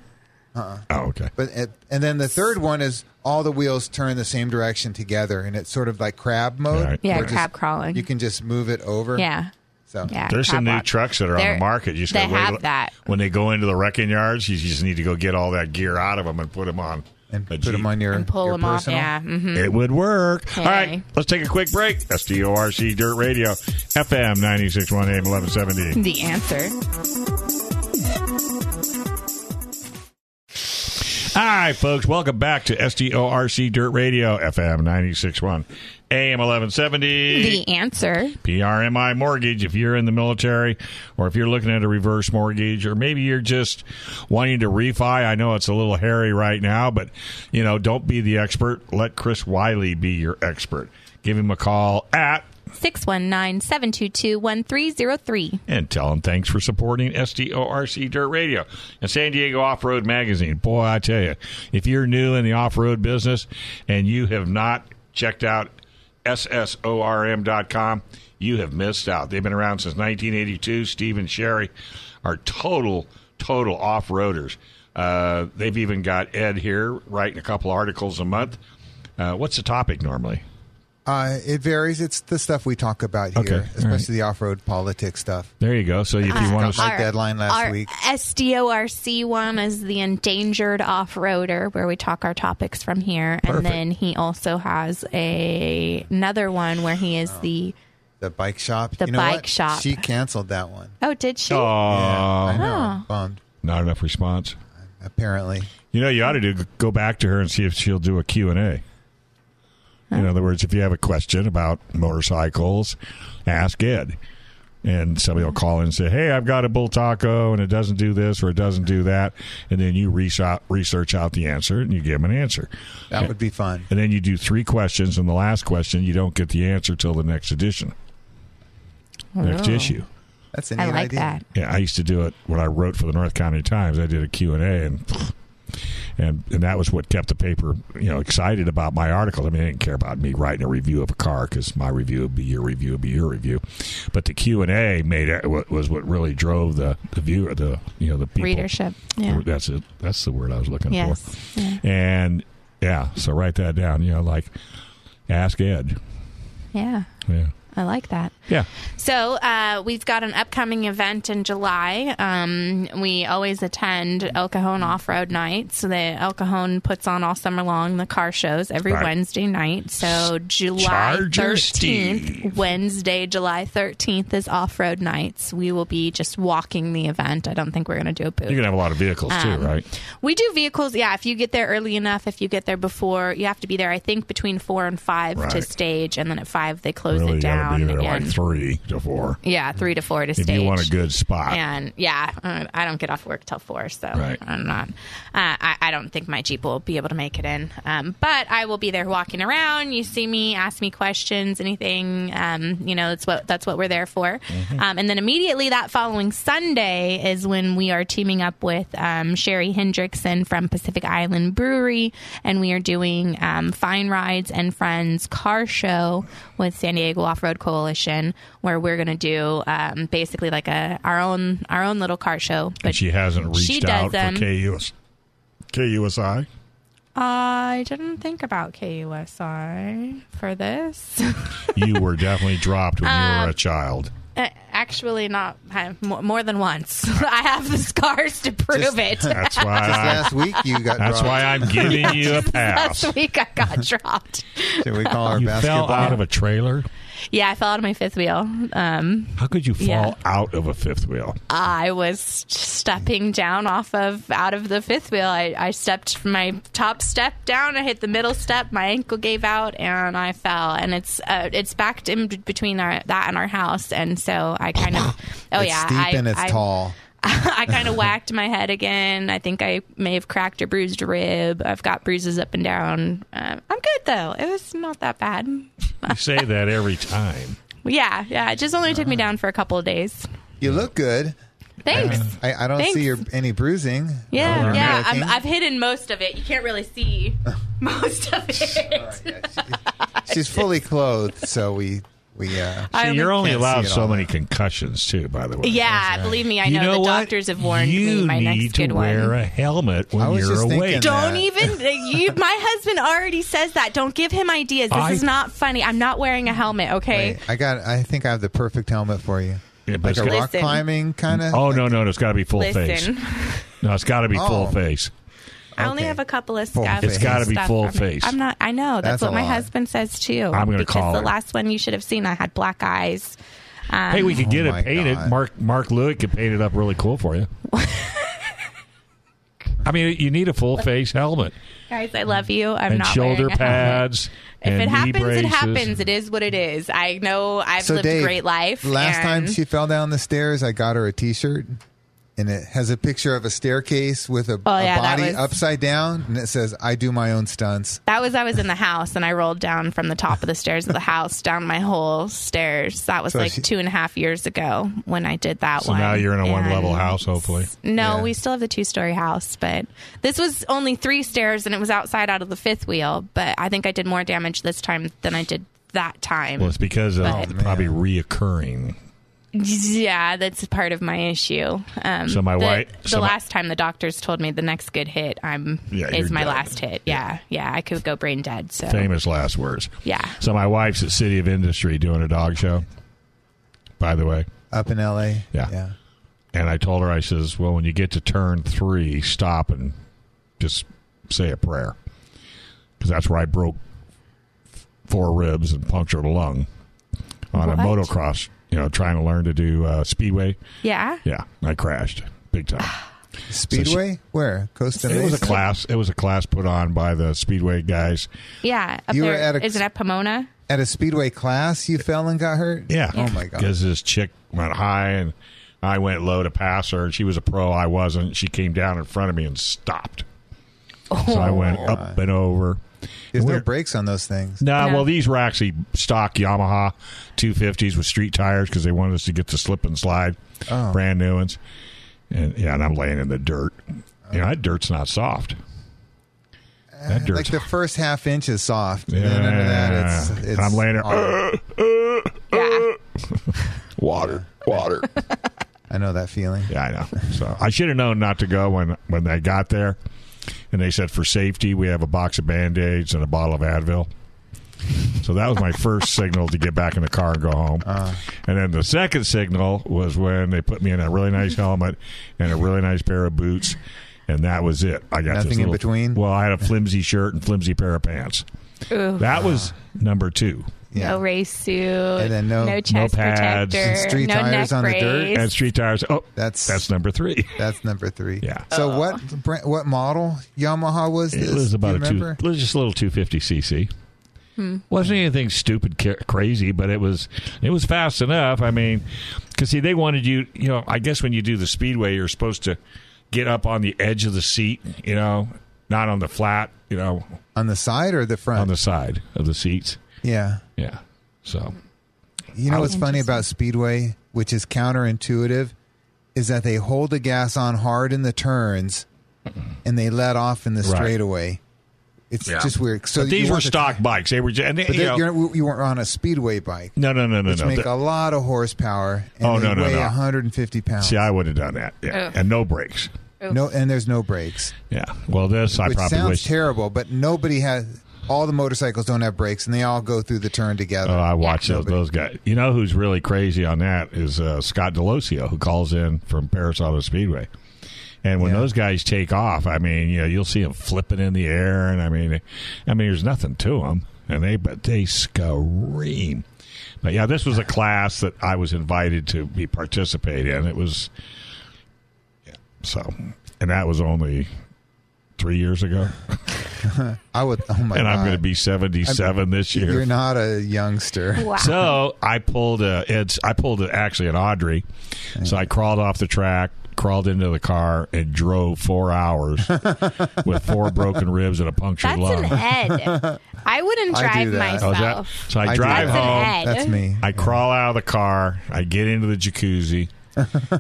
Speaker 4: Uh-uh. Oh, okay.
Speaker 6: But it, and then the third one is all the wheels turn the same direction together, and it's sort of like crab mode.
Speaker 4: Right.
Speaker 5: yeah,
Speaker 6: where just-
Speaker 5: crab crawling.
Speaker 6: You can just move it over.
Speaker 5: yeah.
Speaker 6: So
Speaker 5: Yeah,
Speaker 4: There's some
Speaker 5: crab
Speaker 4: new
Speaker 5: walk.
Speaker 4: trucks that are on
Speaker 5: They're-
Speaker 4: the market. You just
Speaker 5: they
Speaker 4: gotta wait
Speaker 5: have
Speaker 4: till-
Speaker 5: that.
Speaker 4: when they go into the wrecking yards. You just need to go get all that gear out of them and put them on.
Speaker 6: And
Speaker 4: a
Speaker 6: put
Speaker 4: Jeep.
Speaker 6: them on your
Speaker 5: and pull
Speaker 6: your
Speaker 5: them
Speaker 6: personal.
Speaker 5: off. Yeah. hmm
Speaker 4: It would work. All right,
Speaker 5: Hey.
Speaker 4: let's take a quick break. SDORC Dirt Radio, FM 961 AM 1170.
Speaker 5: The answer.
Speaker 4: All right, folks, welcome back to SDORC Dirt Radio, FM 961 AM 1170.
Speaker 6: [LAUGHS]
Speaker 5: The answer.
Speaker 4: PRMI mortgage if you're in the military or if you're looking at a reverse mortgage or maybe you're just wanting to refi. I know it's a little hairy right now, but you know, don't be the expert. Let Chris Wiley be your expert. Give him a call at
Speaker 5: 619 722 1303.
Speaker 4: and tell them thanks for supporting SDORC Dirt Radio and San Diego Off Road Magazine. Boy, I tell you, if you're new in the off road business and you have not checked out SSORM.com, you have missed out. They've been around since 1982. Steve and Sherry are total, total off roaders. Uh, they've even got Ed here writing a couple articles a month. Uh, what's the topic normally?
Speaker 6: Uh, it varies. It's the stuff we talk about here,
Speaker 4: Okay, all right.
Speaker 6: especially the off road politics stuff.
Speaker 4: There you go. So if you want to
Speaker 6: Got my deadline last
Speaker 5: our
Speaker 6: week.
Speaker 5: SDORC one is the endangered off roader, where we talk our topics from here.
Speaker 4: Perfect.
Speaker 5: And then he also has a, another one where he
Speaker 6: Oh.
Speaker 5: is the.
Speaker 6: The bike shop.
Speaker 5: The
Speaker 6: you know
Speaker 5: bike
Speaker 6: what?
Speaker 5: shop.
Speaker 6: She canceled that one.
Speaker 5: Oh, did she?
Speaker 6: I know. I'm
Speaker 5: Oh.
Speaker 6: bummed.
Speaker 4: Not enough response.
Speaker 6: Apparently,
Speaker 4: You know, you ought to do, go back to her and see if she'll do a Q&A. In other words, if you have a question about motorcycles, ask Ed. and somebody will call in and say, "Hey, I've got a bull taco, and it doesn't do this or it doesn't do that," and then you research research out the answer and you give them an answer.
Speaker 6: That would be fun.
Speaker 4: And then you do three questions, and the last question you don't get the answer till the next edition, next
Speaker 5: Oh.
Speaker 4: issue.
Speaker 6: That's an
Speaker 5: I
Speaker 6: neat
Speaker 5: like
Speaker 6: idea.
Speaker 5: that.
Speaker 4: Yeah, I used to do it when I wrote for the North County Times. I did a Q and A, and and and that was what kept the paper, you know, excited about my articles. I mean, they didn't care about me writing a review of a car because my review would be your review, would be your review. But the Q and A made it, wa- was what really drove the the viewer, the you know, the people.
Speaker 5: Readership. Yeah.
Speaker 4: That's it. That's the word I was looking for.
Speaker 5: Yes. Yeah.
Speaker 4: And yeah, so write that down. You know, like ask Ed.
Speaker 5: yeah.
Speaker 4: Yeah.
Speaker 5: I like that.
Speaker 4: Yeah.
Speaker 5: So uh, we've got an upcoming event in July. Um, we always attend El Cajon Off Road Nights. So the El Cajon puts on all summer long the car shows every
Speaker 4: Right.
Speaker 5: Wednesday night. So July
Speaker 4: Charger Steve.
Speaker 5: thirteenth, Wednesday, July thirteenth is Off Road Nights. We will be just walking the event. I don't think we're going to do a booth.
Speaker 4: You're gonna have a lot of vehicles
Speaker 5: Um,
Speaker 4: too, right?
Speaker 5: We do vehicles. Yeah, if you get there early enough, if you get there before, you have to be there. I think between four and five to
Speaker 4: Right.
Speaker 5: stage, and then at five they close
Speaker 4: really
Speaker 5: it
Speaker 4: gotta
Speaker 5: down.
Speaker 4: be there like
Speaker 5: and-
Speaker 4: three to four.
Speaker 5: yeah, three to four to
Speaker 4: if
Speaker 5: stage.
Speaker 4: you want a good spot.
Speaker 5: And yeah, uh, I don't get off work till four, so
Speaker 4: Right.
Speaker 5: I'm not. Uh, I, I don't think my Jeep will be able to make it in. Um, but I will be there walking around. You see me, ask me questions, anything. Um, you know, that's what that's what we're there for.
Speaker 4: Mm-hmm.
Speaker 5: Um, and then immediately that following Sunday is when we are teaming up with um, Sherry Hendrickson from Pacific Island Brewery, and we are doing um, Fine Rides and Friends Car Show with San Diego Off Road Coalition, where we're going to do um, basically like a our own our own little car show.
Speaker 4: and she hasn't reached
Speaker 5: she
Speaker 4: out
Speaker 5: does them.
Speaker 4: for KUS, KUSI.
Speaker 5: I didn't think about KUSI for [LAUGHS] this.
Speaker 4: You were definitely dropped when you were a child.
Speaker 5: Uh, Actually, not I- mo- more than once. [LAUGHS] I have the scars to prove it.
Speaker 4: That's why. I,
Speaker 6: Last week you got.
Speaker 4: that's
Speaker 6: dropped.
Speaker 4: why I'm giving you
Speaker 5: [LAUGHS]
Speaker 4: a pass.
Speaker 5: [LAUGHS] Last week I got dropped.
Speaker 6: [LAUGHS] Should we call our
Speaker 4: You
Speaker 6: basketball?
Speaker 4: fell out of a trailer.
Speaker 5: Yeah, I fell out of my fifth wheel. Um,
Speaker 4: How could you fall
Speaker 5: Yeah. Uh,
Speaker 4: out of a fifth wheel?
Speaker 5: I was stepping down off of out of the fifth wheel. I, I stepped from my top step down. I hit the middle step. My ankle gave out, and I fell. And it's uh, it's backed in b- between our, that and our house, and so I kind of
Speaker 6: [COUGHS]
Speaker 5: oh
Speaker 6: It's
Speaker 5: yeah,
Speaker 6: steep
Speaker 5: I,
Speaker 6: and it's
Speaker 5: I-
Speaker 6: tall.
Speaker 5: I
Speaker 4: [LAUGHS]
Speaker 5: kind of whacked my head again. I think I may have cracked or bruised a rib. I've got bruises up and down. Um, I'm good though. It was not that bad.
Speaker 4: You say that every
Speaker 5: [LAUGHS]
Speaker 4: time.
Speaker 5: Yeah, yeah. It just only took
Speaker 4: Uh-huh.
Speaker 5: me down for a couple of days.
Speaker 6: You look good.
Speaker 5: Thanks.
Speaker 6: I, I don't
Speaker 5: Thanks.
Speaker 6: see your any bruising.
Speaker 5: Yeah,
Speaker 6: Or
Speaker 5: yeah.
Speaker 6: anything.
Speaker 5: I'm, I've hidden most of it. You can't
Speaker 4: [LAUGHS]
Speaker 5: really see most of it.
Speaker 6: [LAUGHS] She's fully clothed, so we we uh,
Speaker 5: I
Speaker 4: See, you're only
Speaker 6: Can't see
Speaker 4: allowed
Speaker 6: it
Speaker 4: so
Speaker 6: all.
Speaker 4: many concussions too. By the way.
Speaker 5: Yeah, believe me, I
Speaker 4: You
Speaker 5: know,
Speaker 4: know
Speaker 5: the
Speaker 4: what?
Speaker 5: doctors have warned
Speaker 4: you
Speaker 5: me my
Speaker 4: need
Speaker 5: next
Speaker 4: to
Speaker 5: good
Speaker 4: wear
Speaker 5: one.
Speaker 4: a helmet when
Speaker 6: I was
Speaker 4: you're
Speaker 6: just thinking
Speaker 4: awake.
Speaker 6: that.
Speaker 5: Don't
Speaker 6: Yeah.
Speaker 5: even uh,
Speaker 4: [LAUGHS]
Speaker 5: you my husband already says that. Don't give him ideas. This
Speaker 4: I-
Speaker 5: is not funny. I'm not wearing a helmet, okay?
Speaker 6: Wait, I got. I think I have the perfect helmet for you.
Speaker 4: Yeah, but
Speaker 6: like
Speaker 4: it's
Speaker 6: a
Speaker 4: got-
Speaker 6: rock
Speaker 5: Listen.
Speaker 6: climbing kind of.
Speaker 4: Oh no, no, no! It's got to be full face.
Speaker 5: Listen.
Speaker 4: No, it's got to be full
Speaker 6: Oh.
Speaker 4: face.
Speaker 5: I only
Speaker 6: Okay.
Speaker 5: have a couple of
Speaker 6: Full
Speaker 5: stuff.
Speaker 6: face. It's
Speaker 4: gotta be
Speaker 5: stuff
Speaker 4: full
Speaker 5: from it.
Speaker 4: face.
Speaker 5: I'm not. I know. That's,
Speaker 6: That's
Speaker 5: what
Speaker 6: a
Speaker 5: my
Speaker 6: lot.
Speaker 5: husband says too.
Speaker 4: I'm gonna
Speaker 5: because
Speaker 4: call
Speaker 5: the
Speaker 4: it.
Speaker 5: last one you should have seen. I had black eyes.
Speaker 4: hey, we could get
Speaker 6: Oh, my
Speaker 4: it painted.
Speaker 6: God.
Speaker 4: Mark Mark Lewick could paint it up really cool for
Speaker 5: [LAUGHS]
Speaker 4: you. I mean, you need a full face helmet
Speaker 5: Guys, I love you. I'm
Speaker 4: and
Speaker 5: not
Speaker 4: shoulder
Speaker 5: wearing a helmet.
Speaker 4: pads.
Speaker 5: [LAUGHS] If
Speaker 4: and
Speaker 5: it
Speaker 4: knee
Speaker 5: happens,
Speaker 4: braces.
Speaker 5: it happens. It is what it is. I know I've
Speaker 6: So
Speaker 5: lived
Speaker 6: Dave,
Speaker 5: a great life.
Speaker 6: Last
Speaker 5: and-
Speaker 6: time she fell down the stairs, I got her a T-shirt, and it has a picture of a staircase with a,
Speaker 5: Oh,
Speaker 6: a
Speaker 5: yeah, that
Speaker 6: body
Speaker 5: was-
Speaker 6: upside down, and it says, "I do my own stunts."
Speaker 5: That was I was in the house and I rolled down from the top of the stairs of the house down my whole stairs. That was
Speaker 6: So
Speaker 5: like
Speaker 6: she-
Speaker 5: two and a half years ago when I did that
Speaker 4: So
Speaker 5: one.
Speaker 4: now you're in a one level
Speaker 5: And-
Speaker 4: house, hopefully.
Speaker 5: No,
Speaker 6: Yeah.
Speaker 5: we still have the two story house, but this was only three stairs and it was outside out of the fifth wheel. But I think I did more damage this time than I did that time.
Speaker 4: Well, it's because of
Speaker 5: But-
Speaker 4: probably reoccurring.
Speaker 5: yeah, that's part of my issue. Um,
Speaker 4: So my
Speaker 5: the,
Speaker 4: wife-
Speaker 5: the
Speaker 4: so my-
Speaker 5: last time the doctors told me the next good hit I'm
Speaker 4: Yeah,
Speaker 5: is
Speaker 4: you're
Speaker 5: my
Speaker 4: dead.
Speaker 5: last hit. Yeah, yeah, I could go brain dead. So
Speaker 4: Famous last words.
Speaker 5: Yeah.
Speaker 4: So my wife's at City of Industry doing a dog show. By the way,
Speaker 6: Up in L.A.
Speaker 4: Yeah.
Speaker 6: yeah.
Speaker 4: and I told her, I says, well, when you get to turn three, stop and just say a prayer. Because that's where I broke f- four ribs and punctured a lung on a
Speaker 5: What?
Speaker 4: motocross, you know, trying to learn to do uh, speedway.
Speaker 5: yeah,
Speaker 4: Yeah, I crashed big time.
Speaker 6: Speedway, where Costa
Speaker 4: it was a
Speaker 6: Mesa?
Speaker 4: class. It was a class put on by the speedway guys.
Speaker 5: yeah. Up
Speaker 6: You were
Speaker 5: there-
Speaker 6: at a-
Speaker 5: isn't it Pomona?
Speaker 6: At a speedway class, you fell and got hurt.
Speaker 4: Yeah.
Speaker 6: Oh my god.
Speaker 4: Because this chick went high and I went low to pass her, and she was a pro. I wasn't. She came down in front of me and stopped. So
Speaker 5: Oh,
Speaker 6: Oh
Speaker 4: I went up and over.
Speaker 6: There's no
Speaker 4: We're-
Speaker 6: brakes on those things.
Speaker 4: No,
Speaker 5: No.
Speaker 4: well, these were actually stock Yamaha 250s with street tires because they wanted us to get the slip and slide,
Speaker 6: Oh.
Speaker 4: brand new ones. And yeah, and I'm laying in the dirt. You know, that dirt's not soft. That dirt's
Speaker 6: Eh, Like the first half inch is soft.
Speaker 4: yeah.
Speaker 6: And then under that, it's, it's
Speaker 4: and I'm laying there.
Speaker 6: hard.
Speaker 5: Yeah.
Speaker 4: water, water.
Speaker 6: I know that feeling.
Speaker 4: Yeah, I know. So I should have known not to go when when they got there, and they said for safety we have a box of band aids and a bottle of Advil. So that was my first signal to get back in the car and go home.
Speaker 6: Uh.
Speaker 4: and then the second signal was when they put me in a really nice helmet and a really nice pair of boots, and that was it. I got this
Speaker 6: Nothing in
Speaker 4: little-
Speaker 6: between?
Speaker 4: Well, I had a flimsy shirt and flimsy pair of pants. That was number two.
Speaker 5: No race suit. And
Speaker 6: then no- No
Speaker 5: no chest
Speaker 4: pads.
Speaker 5: protector.
Speaker 4: And
Speaker 6: street
Speaker 5: no
Speaker 6: tires
Speaker 5: neck
Speaker 6: on the
Speaker 5: brace.
Speaker 6: dirt.
Speaker 4: And street tires. Oh,
Speaker 6: That's-
Speaker 4: that's number three.
Speaker 6: That's number three.
Speaker 4: Yeah.
Speaker 6: So what bra- what model Yamaha was this?
Speaker 4: It was
Speaker 6: Do you
Speaker 4: about a two,
Speaker 6: remember?
Speaker 4: it was just a little two fifty cc. Wasn't anything stupid ca- crazy, but it was it was fast enough. I mean, because see, they wanted you. You know, I guess when you do the speedway, you're supposed to get up on the edge of the seat. You know, not on the flat. You know,
Speaker 6: on the side or the front?
Speaker 4: on the side of the seats.
Speaker 6: yeah.
Speaker 4: Yeah. So
Speaker 6: You know what's funny about Speedway, which is counterintuitive, is that they hold the gas on hard in the turns and they let off in the
Speaker 4: Right.
Speaker 6: straightaway. It's just weird. So
Speaker 4: but these
Speaker 6: you
Speaker 4: were
Speaker 6: want the-
Speaker 4: stock bikes. They were, ju- and they,
Speaker 6: but
Speaker 4: you
Speaker 6: they-
Speaker 4: know,
Speaker 6: you're, you weren't on a Speedway bike,
Speaker 4: no, no, no, no,
Speaker 6: which
Speaker 4: no.
Speaker 6: make
Speaker 4: The-
Speaker 6: a lot of horsepower. And
Speaker 4: Oh,
Speaker 6: they
Speaker 4: no, no,
Speaker 6: weigh
Speaker 4: no.
Speaker 6: 150 pounds.
Speaker 4: see, I would have done that. Yeah.
Speaker 5: Ugh.
Speaker 4: And no brakes.
Speaker 6: no, and there's no brakes,
Speaker 4: Yeah. Well, this I
Speaker 6: which
Speaker 4: probably
Speaker 6: sounds
Speaker 4: wish.
Speaker 6: terrible. But nobody has. All the motorcycles don't have brakes, and they all go through the turn together.
Speaker 4: Oh, I watch those,
Speaker 6: Nobody-
Speaker 4: those guys. You know who's really crazy on that is uh, Scott Delosio, who calls in from Paris Auto Speedway. And when those guys take off, I mean, you know, you'll see them flipping in the air, and I mean, I mean, there's nothing to them, and they but they scream. But yeah, this was a class that I was invited to be participate in. It was, yeah. So, and that was only three years ago,
Speaker 6: I would. Oh my
Speaker 4: and
Speaker 6: god!
Speaker 4: I'm going to be 77 this year.
Speaker 6: You're not a youngster.
Speaker 5: Wow.
Speaker 4: So I pulled a it's I pulled a, actually an Audrey. So I crawled off the track, crawled into the car, and drove four
Speaker 5: [LAUGHS]
Speaker 4: hours with four broken ribs and a punctured
Speaker 5: That's
Speaker 4: lung.
Speaker 5: an ed. I wouldn't
Speaker 6: I do
Speaker 5: drive
Speaker 6: that.
Speaker 4: Oh, is that-
Speaker 5: myself.
Speaker 4: so I,
Speaker 6: I do
Speaker 4: drive
Speaker 6: that.
Speaker 4: home.
Speaker 5: That's an
Speaker 6: That's me.
Speaker 4: I crawl out of the car. I get into the
Speaker 5: [LAUGHS]
Speaker 4: jacuzzi,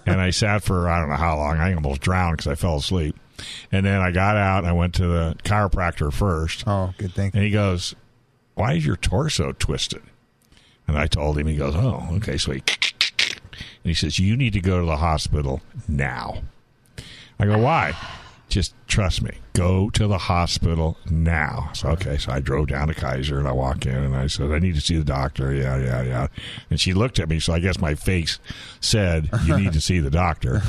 Speaker 4: and I sat for I don't know how long. I almost drowned because I fell asleep. And then I got out. and I went to the chiropractor first.
Speaker 6: Oh, good thing.
Speaker 4: And he goes, Why is your torso twisted? And I told him, he goes, Oh, okay. So he, and he says, You need to go to the hospital now. I go, Why? Just trust me. Go to the hospital now. So, okay. So I drove down to Kaiser and I walk in and I said, I need to see the doctor. Yeah, yeah, yeah. And she looked at me. So I guess my face said, You need to see the doctor.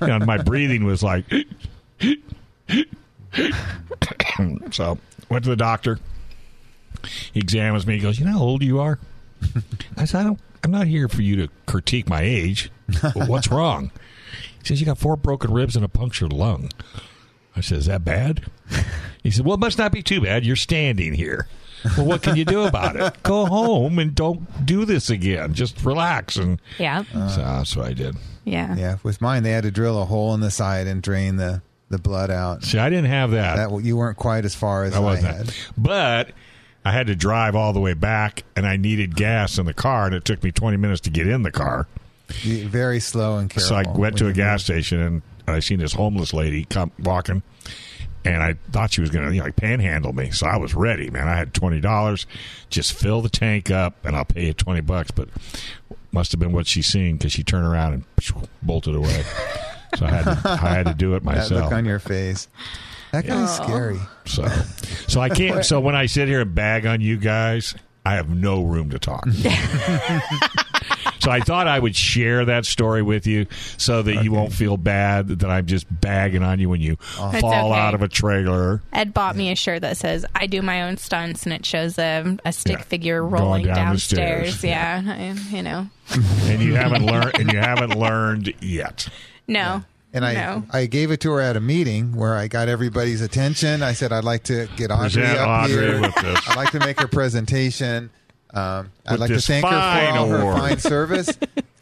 Speaker 4: You know, and my breathing was like, [COUGHS] So went to the doctor. He examines me. He goes, "You know how old you are." I said, "I don't. I'm not here for you to critique my age. Well, [LAUGHS] what's wrong?" He says, "You got four broken ribs and a punctured lung." I said, "Is that bad?" He said, "Well, it must not be too bad. You're standing here. Well, what can you do about it? Go home and don't do this again. Just relax." And
Speaker 5: Yeah.
Speaker 4: so that's what I did.
Speaker 5: yeah.
Speaker 6: Yeah, with mine they had to drill a hole in the side and drain the the blood out.
Speaker 4: See, I didn't have that.
Speaker 6: That you weren't quite as far as I,
Speaker 4: I
Speaker 6: had.
Speaker 4: wasn't. But I had to drive all the way back, and I needed gas in the car, and it took me 20 minutes to get in the car.
Speaker 6: You- Very slow and careful.
Speaker 4: So I went to
Speaker 6: when
Speaker 4: a
Speaker 6: you
Speaker 4: gas station, and I seen this homeless lady come walking, and I thought she was going to you know, like panhandle me. So I was ready, man. I had twenty dollars. Just fill the tank up, and I'll pay you twenty bucks. But must have been what she seen because she turned around and bolted away. so I had to, I had to do it
Speaker 6: move. [LAUGHS] That
Speaker 4: myself.
Speaker 6: look on your face. That guy's scary.
Speaker 4: So, so I can't. So when I sit here and bag on you guys, I have no room to
Speaker 6: [LAUGHS]
Speaker 4: talk. so I thought I would share that story with you, so that you won't feel bad that I'm just bagging on you when you fall
Speaker 5: It's okay.
Speaker 4: out of a trailer.
Speaker 5: Ed bought me a shirt that says "I do my own stunts" and it shows a, a stick
Speaker 4: Yeah.
Speaker 5: figure
Speaker 4: Going
Speaker 5: rolling
Speaker 4: down the
Speaker 5: downstairs.
Speaker 4: stairs.
Speaker 5: Yeah, I, you know,
Speaker 4: And you haven't learned. And you haven't learned yet.
Speaker 5: no,
Speaker 6: And I,
Speaker 5: no.
Speaker 6: I gave it to her at a meeting where I got everybody's attention. I said, I'd like to get Audrey
Speaker 4: Present
Speaker 6: up
Speaker 4: Audrey
Speaker 6: here.
Speaker 4: with this.
Speaker 6: I'd like to make her presentation. Um, I'd
Speaker 4: With
Speaker 6: like to
Speaker 4: this
Speaker 6: thank her for
Speaker 4: fine
Speaker 6: all her
Speaker 4: award.
Speaker 6: fine service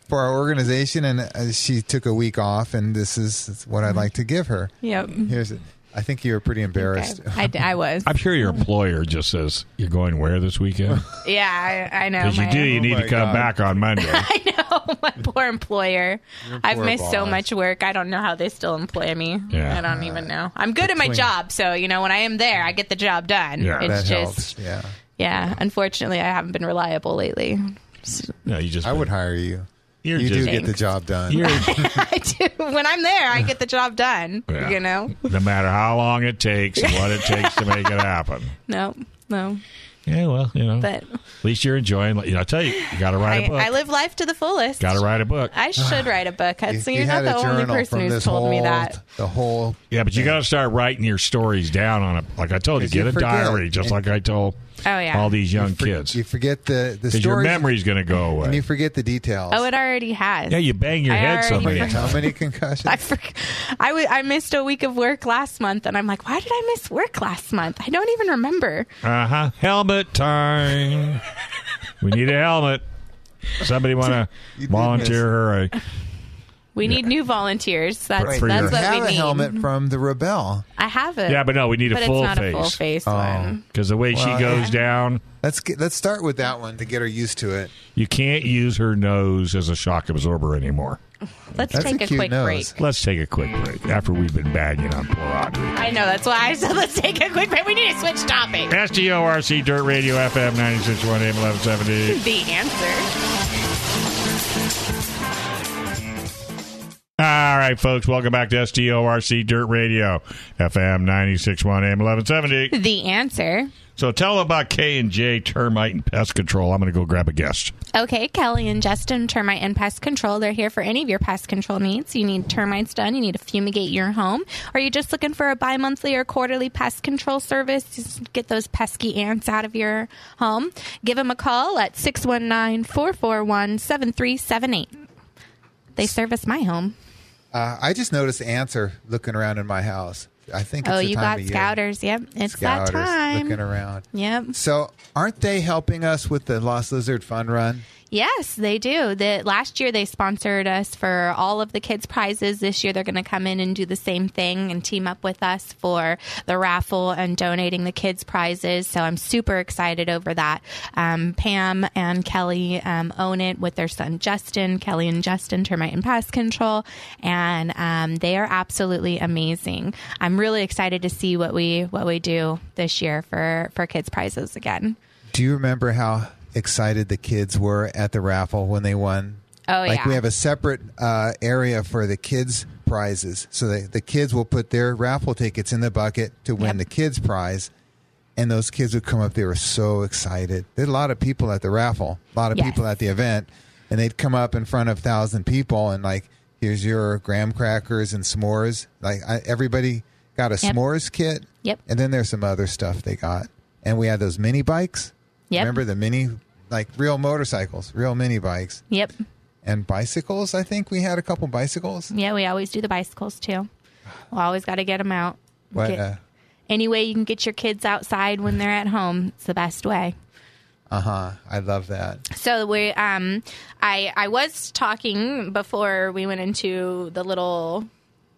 Speaker 6: for our organization, and uh, she took a week off, and this is what I'd like to give her.
Speaker 5: Yep.
Speaker 6: Here's, I think you were pretty embarrassed.
Speaker 5: [LAUGHS] I, I, I was.
Speaker 4: I'm sure your employer just says you're going where this weekend
Speaker 5: yeah, I, I know.
Speaker 4: because you
Speaker 5: my-
Speaker 4: do. You need
Speaker 6: Oh, my
Speaker 4: to come
Speaker 6: God.
Speaker 4: back on Monday.
Speaker 5: [LAUGHS]
Speaker 6: [LAUGHS]
Speaker 5: I know [LAUGHS] my poor employer. I've
Speaker 6: poor
Speaker 5: missed so
Speaker 6: boss.
Speaker 5: much work. I don't know how they still employ me.
Speaker 4: Yeah.
Speaker 5: I don't even know. I'm good at my job, so you know when I am there, I get the job done.
Speaker 4: Yeah.
Speaker 5: it's
Speaker 6: [LAUGHS] that
Speaker 5: just
Speaker 6: helps. Yeah,
Speaker 5: yeah. Unfortunately, I haven't been reliable lately.
Speaker 4: no, you just
Speaker 6: I would hire you.
Speaker 4: You're
Speaker 6: you do
Speaker 4: just-
Speaker 6: get the job done.
Speaker 4: You're, [LAUGHS]
Speaker 5: [LAUGHS] I do. When I'm there, I get the job done.
Speaker 4: Yeah.
Speaker 5: You know?
Speaker 4: no matter how long it takes and
Speaker 5: [LAUGHS]
Speaker 4: what it takes to make it happen.
Speaker 5: No, no.
Speaker 4: Yeah, well, you know,
Speaker 5: But
Speaker 4: at least you're enjoying. You know, I tell you, you got to write a
Speaker 5: I,
Speaker 4: book.
Speaker 5: I live life to the fullest.
Speaker 4: got to write a book.
Speaker 5: I should write a book.
Speaker 6: You-
Speaker 5: So
Speaker 6: you
Speaker 5: you're not
Speaker 6: had
Speaker 5: the
Speaker 6: a
Speaker 5: only
Speaker 6: journal
Speaker 5: person
Speaker 6: from
Speaker 5: who's
Speaker 6: this
Speaker 5: told me
Speaker 6: whole-
Speaker 5: that.
Speaker 6: The whole
Speaker 4: Yeah, but you got to start writing your stories down on a like I told you,
Speaker 6: 'Cause you
Speaker 4: get a
Speaker 6: forget.
Speaker 4: diary, just like I told
Speaker 5: Oh, yeah.
Speaker 4: all these young
Speaker 6: for-
Speaker 4: kids,
Speaker 6: You forget the the
Speaker 4: because
Speaker 6: stories,
Speaker 4: your memory's going to go
Speaker 6: and
Speaker 4: away.
Speaker 6: you forget the details.
Speaker 5: Oh, it already has.
Speaker 4: Yeah, you bang your
Speaker 5: I
Speaker 4: head so many
Speaker 5: already forgot.
Speaker 4: times. [LAUGHS]
Speaker 6: How many
Speaker 5: [LAUGHS]
Speaker 6: concussions?
Speaker 5: I, for, I, w- I missed a week of work last month, and I'm like, why did I miss work last month? I don't even remember.
Speaker 4: Uh huh. Helmet time. we need a helmet. Somebody want
Speaker 6: [LAUGHS]
Speaker 4: to
Speaker 6: did
Speaker 4: volunteer her?
Speaker 5: [LAUGHS]
Speaker 4: A,
Speaker 5: We need new volunteers. That's,
Speaker 4: Right.
Speaker 5: that's
Speaker 4: For your-
Speaker 5: what
Speaker 6: I have
Speaker 5: we
Speaker 6: a
Speaker 5: need.
Speaker 6: helmet from the Rebel.
Speaker 5: I have it.
Speaker 4: yeah, but no, we need
Speaker 5: but
Speaker 4: a full
Speaker 5: it's not
Speaker 4: face.
Speaker 5: a full face
Speaker 6: Oh,
Speaker 5: one.
Speaker 4: Because the way
Speaker 6: Well,
Speaker 4: she goes down,
Speaker 6: Um, Let's get, let's start with that one to get her used to it.
Speaker 4: you can't use her nose as a shock absorber anymore.
Speaker 5: Let's
Speaker 6: That's
Speaker 5: take
Speaker 6: a
Speaker 5: a,
Speaker 6: cute
Speaker 5: quick
Speaker 6: nose.
Speaker 5: break.
Speaker 4: Let's take a quick break after we've been bagging on poor Audrey.
Speaker 5: I know. That's why I said let's take a quick break. We need to switch topics.
Speaker 4: SDORC Dirt Radio FM 961 AM 1170.
Speaker 5: The answer.
Speaker 4: All right, folks, welcome back to SDORC Dirt Radio, FM 961 AM 1170.
Speaker 5: The answer.
Speaker 4: So tell them about K&J Termite and Pest Control. I'm going to go grab a guest.
Speaker 5: Okay, Kelly and Justin, Termite and Pest Control. They're here for any of your pest control needs. You need termites done, you need to fumigate your home, or you're just looking for a bi monthly or quarterly pest control service to get those pesky ants out of your home. Give them a call at 619 441 7378. They service my home.
Speaker 6: Uh, I just noticed the answer looking around in my house. I think. It's
Speaker 5: Oh,
Speaker 6: the
Speaker 5: you
Speaker 6: time
Speaker 5: got
Speaker 6: of year.
Speaker 5: scouters. Yep, it's that
Speaker 6: Scouters looking
Speaker 5: time.
Speaker 6: around.
Speaker 5: Yep.
Speaker 6: So, aren't they helping us with the Lost Lizard Fun Run?
Speaker 5: Yes, they do. The, last year they sponsored us for all of the kids' prizes. This year they're going to come in and do the same thing and team up with us for the raffle and donating the kids' prizes. So I'm super excited over that. Um, Pam and Kelly um, own it with their son Justin, Kelly and Justin, Termite and Pest Control, and um, they are absolutely amazing. I'm really excited to see what we what we do this year for for kids' prizes again.
Speaker 6: Do you remember how excited the kids were at the raffle when they won?
Speaker 5: Oh,
Speaker 6: like
Speaker 5: yeah.
Speaker 6: we have a separate uh, area for the kids prizes. So the, the kids will put their raffle tickets in the bucket to win
Speaker 5: Yep.
Speaker 6: the kids prize. And those kids would come up. They were so excited. There's a lot of people at the raffle, a lot of
Speaker 5: Yes.
Speaker 6: people at the event, and they'd come up in front of thousand people and like, here's your graham crackers and s'mores. Like I, everybody got a
Speaker 5: Yep.
Speaker 6: s'mores kit.
Speaker 5: Yep.
Speaker 6: And then there's some other stuff they got. And we had those mini bikes.
Speaker 5: Yep.
Speaker 6: Remember the mini, like real motorcycles, real mini bikes,
Speaker 5: Yep.
Speaker 6: and bicycles. I think we had a couple bicycles.
Speaker 5: Yeah, we always do the bicycles too. We always got to get them out.
Speaker 6: But
Speaker 5: Get-
Speaker 6: uh,
Speaker 5: any way you can get your kids outside when they're at home, it's the best way.
Speaker 6: huh, uh-huh. I love that.
Speaker 5: So we, um, I, I was talking before we went into the little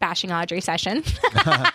Speaker 5: bashing Audrey session [LAUGHS]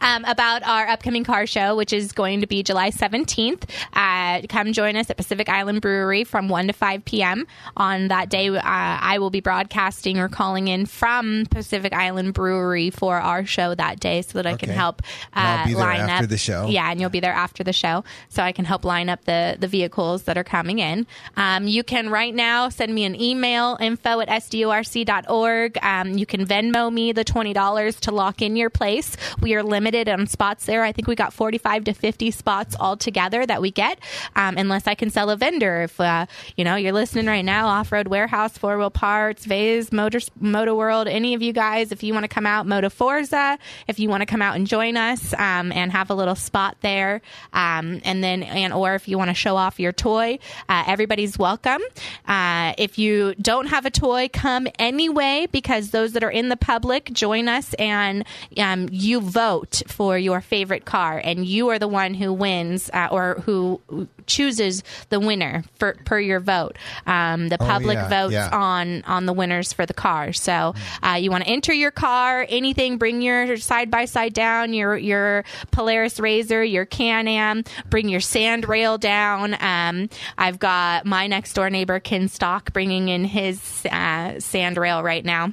Speaker 5: um, about our upcoming car show, which is going to be July 17th. Uh, come join us at Pacific Island Brewery from 1 to 5 p.m. On that day, uh, I will be broadcasting or calling in from Pacific Island Brewery for our show that day so that I can
Speaker 6: Okay.
Speaker 5: help uh,
Speaker 6: And I'll be there
Speaker 5: line
Speaker 6: after
Speaker 5: up
Speaker 6: the show.
Speaker 5: Yeah, and you'll be there after the show, so I can help line up the the vehicles that are coming in. Um, you can right now send me an email info at sdorc.org. Um, you can Venmo me the twenty dollars to lock in your place. We are limited on spots there. I think we got forty five to fifty spots altogether that we get, um, unless I can sell a vendor. If uh, you know you're listening right now, Off Road Warehouse, Four Wheel Parts, Vase, Motor Moto World, any of you guys, if you want to come out, Moto Forza, if you want to come out and join us um, and have a little spot there, um, and then and or if you want to show off your toy, uh, everybody's welcome. Uh, if you don't have a toy, come anyway because those that are in the public join join us and um, you vote for your favorite car, and you are the one who wins uh, or who chooses the winner for, per your vote. Um, the public
Speaker 6: Oh, yeah,
Speaker 5: votes
Speaker 6: yeah.
Speaker 5: on on the winners for the car. So uh, you want to enter your car, anything. Bring your side by side down, your your Polaris Razor, your Can Am. Bring your sand rail down. Um, I've got my next door neighbor Kinstock bringing in his uh, sand rail right now.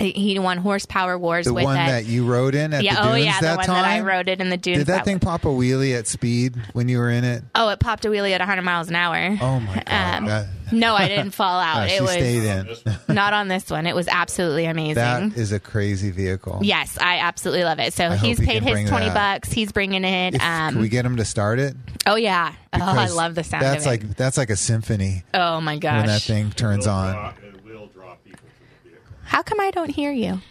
Speaker 5: He- He won horsepower wars
Speaker 6: The
Speaker 5: with
Speaker 6: one
Speaker 5: it.
Speaker 6: that you rode in at
Speaker 5: yeah,
Speaker 6: the dunes
Speaker 5: oh yeah,
Speaker 6: that
Speaker 5: the one
Speaker 6: time.
Speaker 5: that I rode it in the dunes.
Speaker 6: Did that thing pop a wheelie at speed when you were in it?
Speaker 5: Oh, it popped a wheelie at 100 miles an hour.
Speaker 6: Oh my god!
Speaker 5: Um,
Speaker 6: That-
Speaker 5: no,
Speaker 6: [LAUGHS]
Speaker 5: I didn't fall out.
Speaker 6: uh,
Speaker 5: it
Speaker 6: she
Speaker 5: was
Speaker 6: stayed in.
Speaker 5: not on this one. It was absolutely amazing.
Speaker 6: That is a crazy vehicle.
Speaker 5: Yes, I absolutely love it. So
Speaker 6: hope
Speaker 5: he's
Speaker 6: he
Speaker 5: paid
Speaker 6: can bring
Speaker 5: his twenty
Speaker 6: that.
Speaker 5: bucks. He's bringing it.
Speaker 6: If,
Speaker 5: um,
Speaker 6: can we get him to start it?
Speaker 5: oh yeah. Oh, I
Speaker 6: Because
Speaker 5: love the sound.
Speaker 6: That's
Speaker 5: of it.
Speaker 6: like that's like a symphony
Speaker 5: Oh my
Speaker 6: when that
Speaker 5: gosh.
Speaker 6: thing turns on.
Speaker 4: It will draw people to the vehicle.
Speaker 5: How come I don't hear you?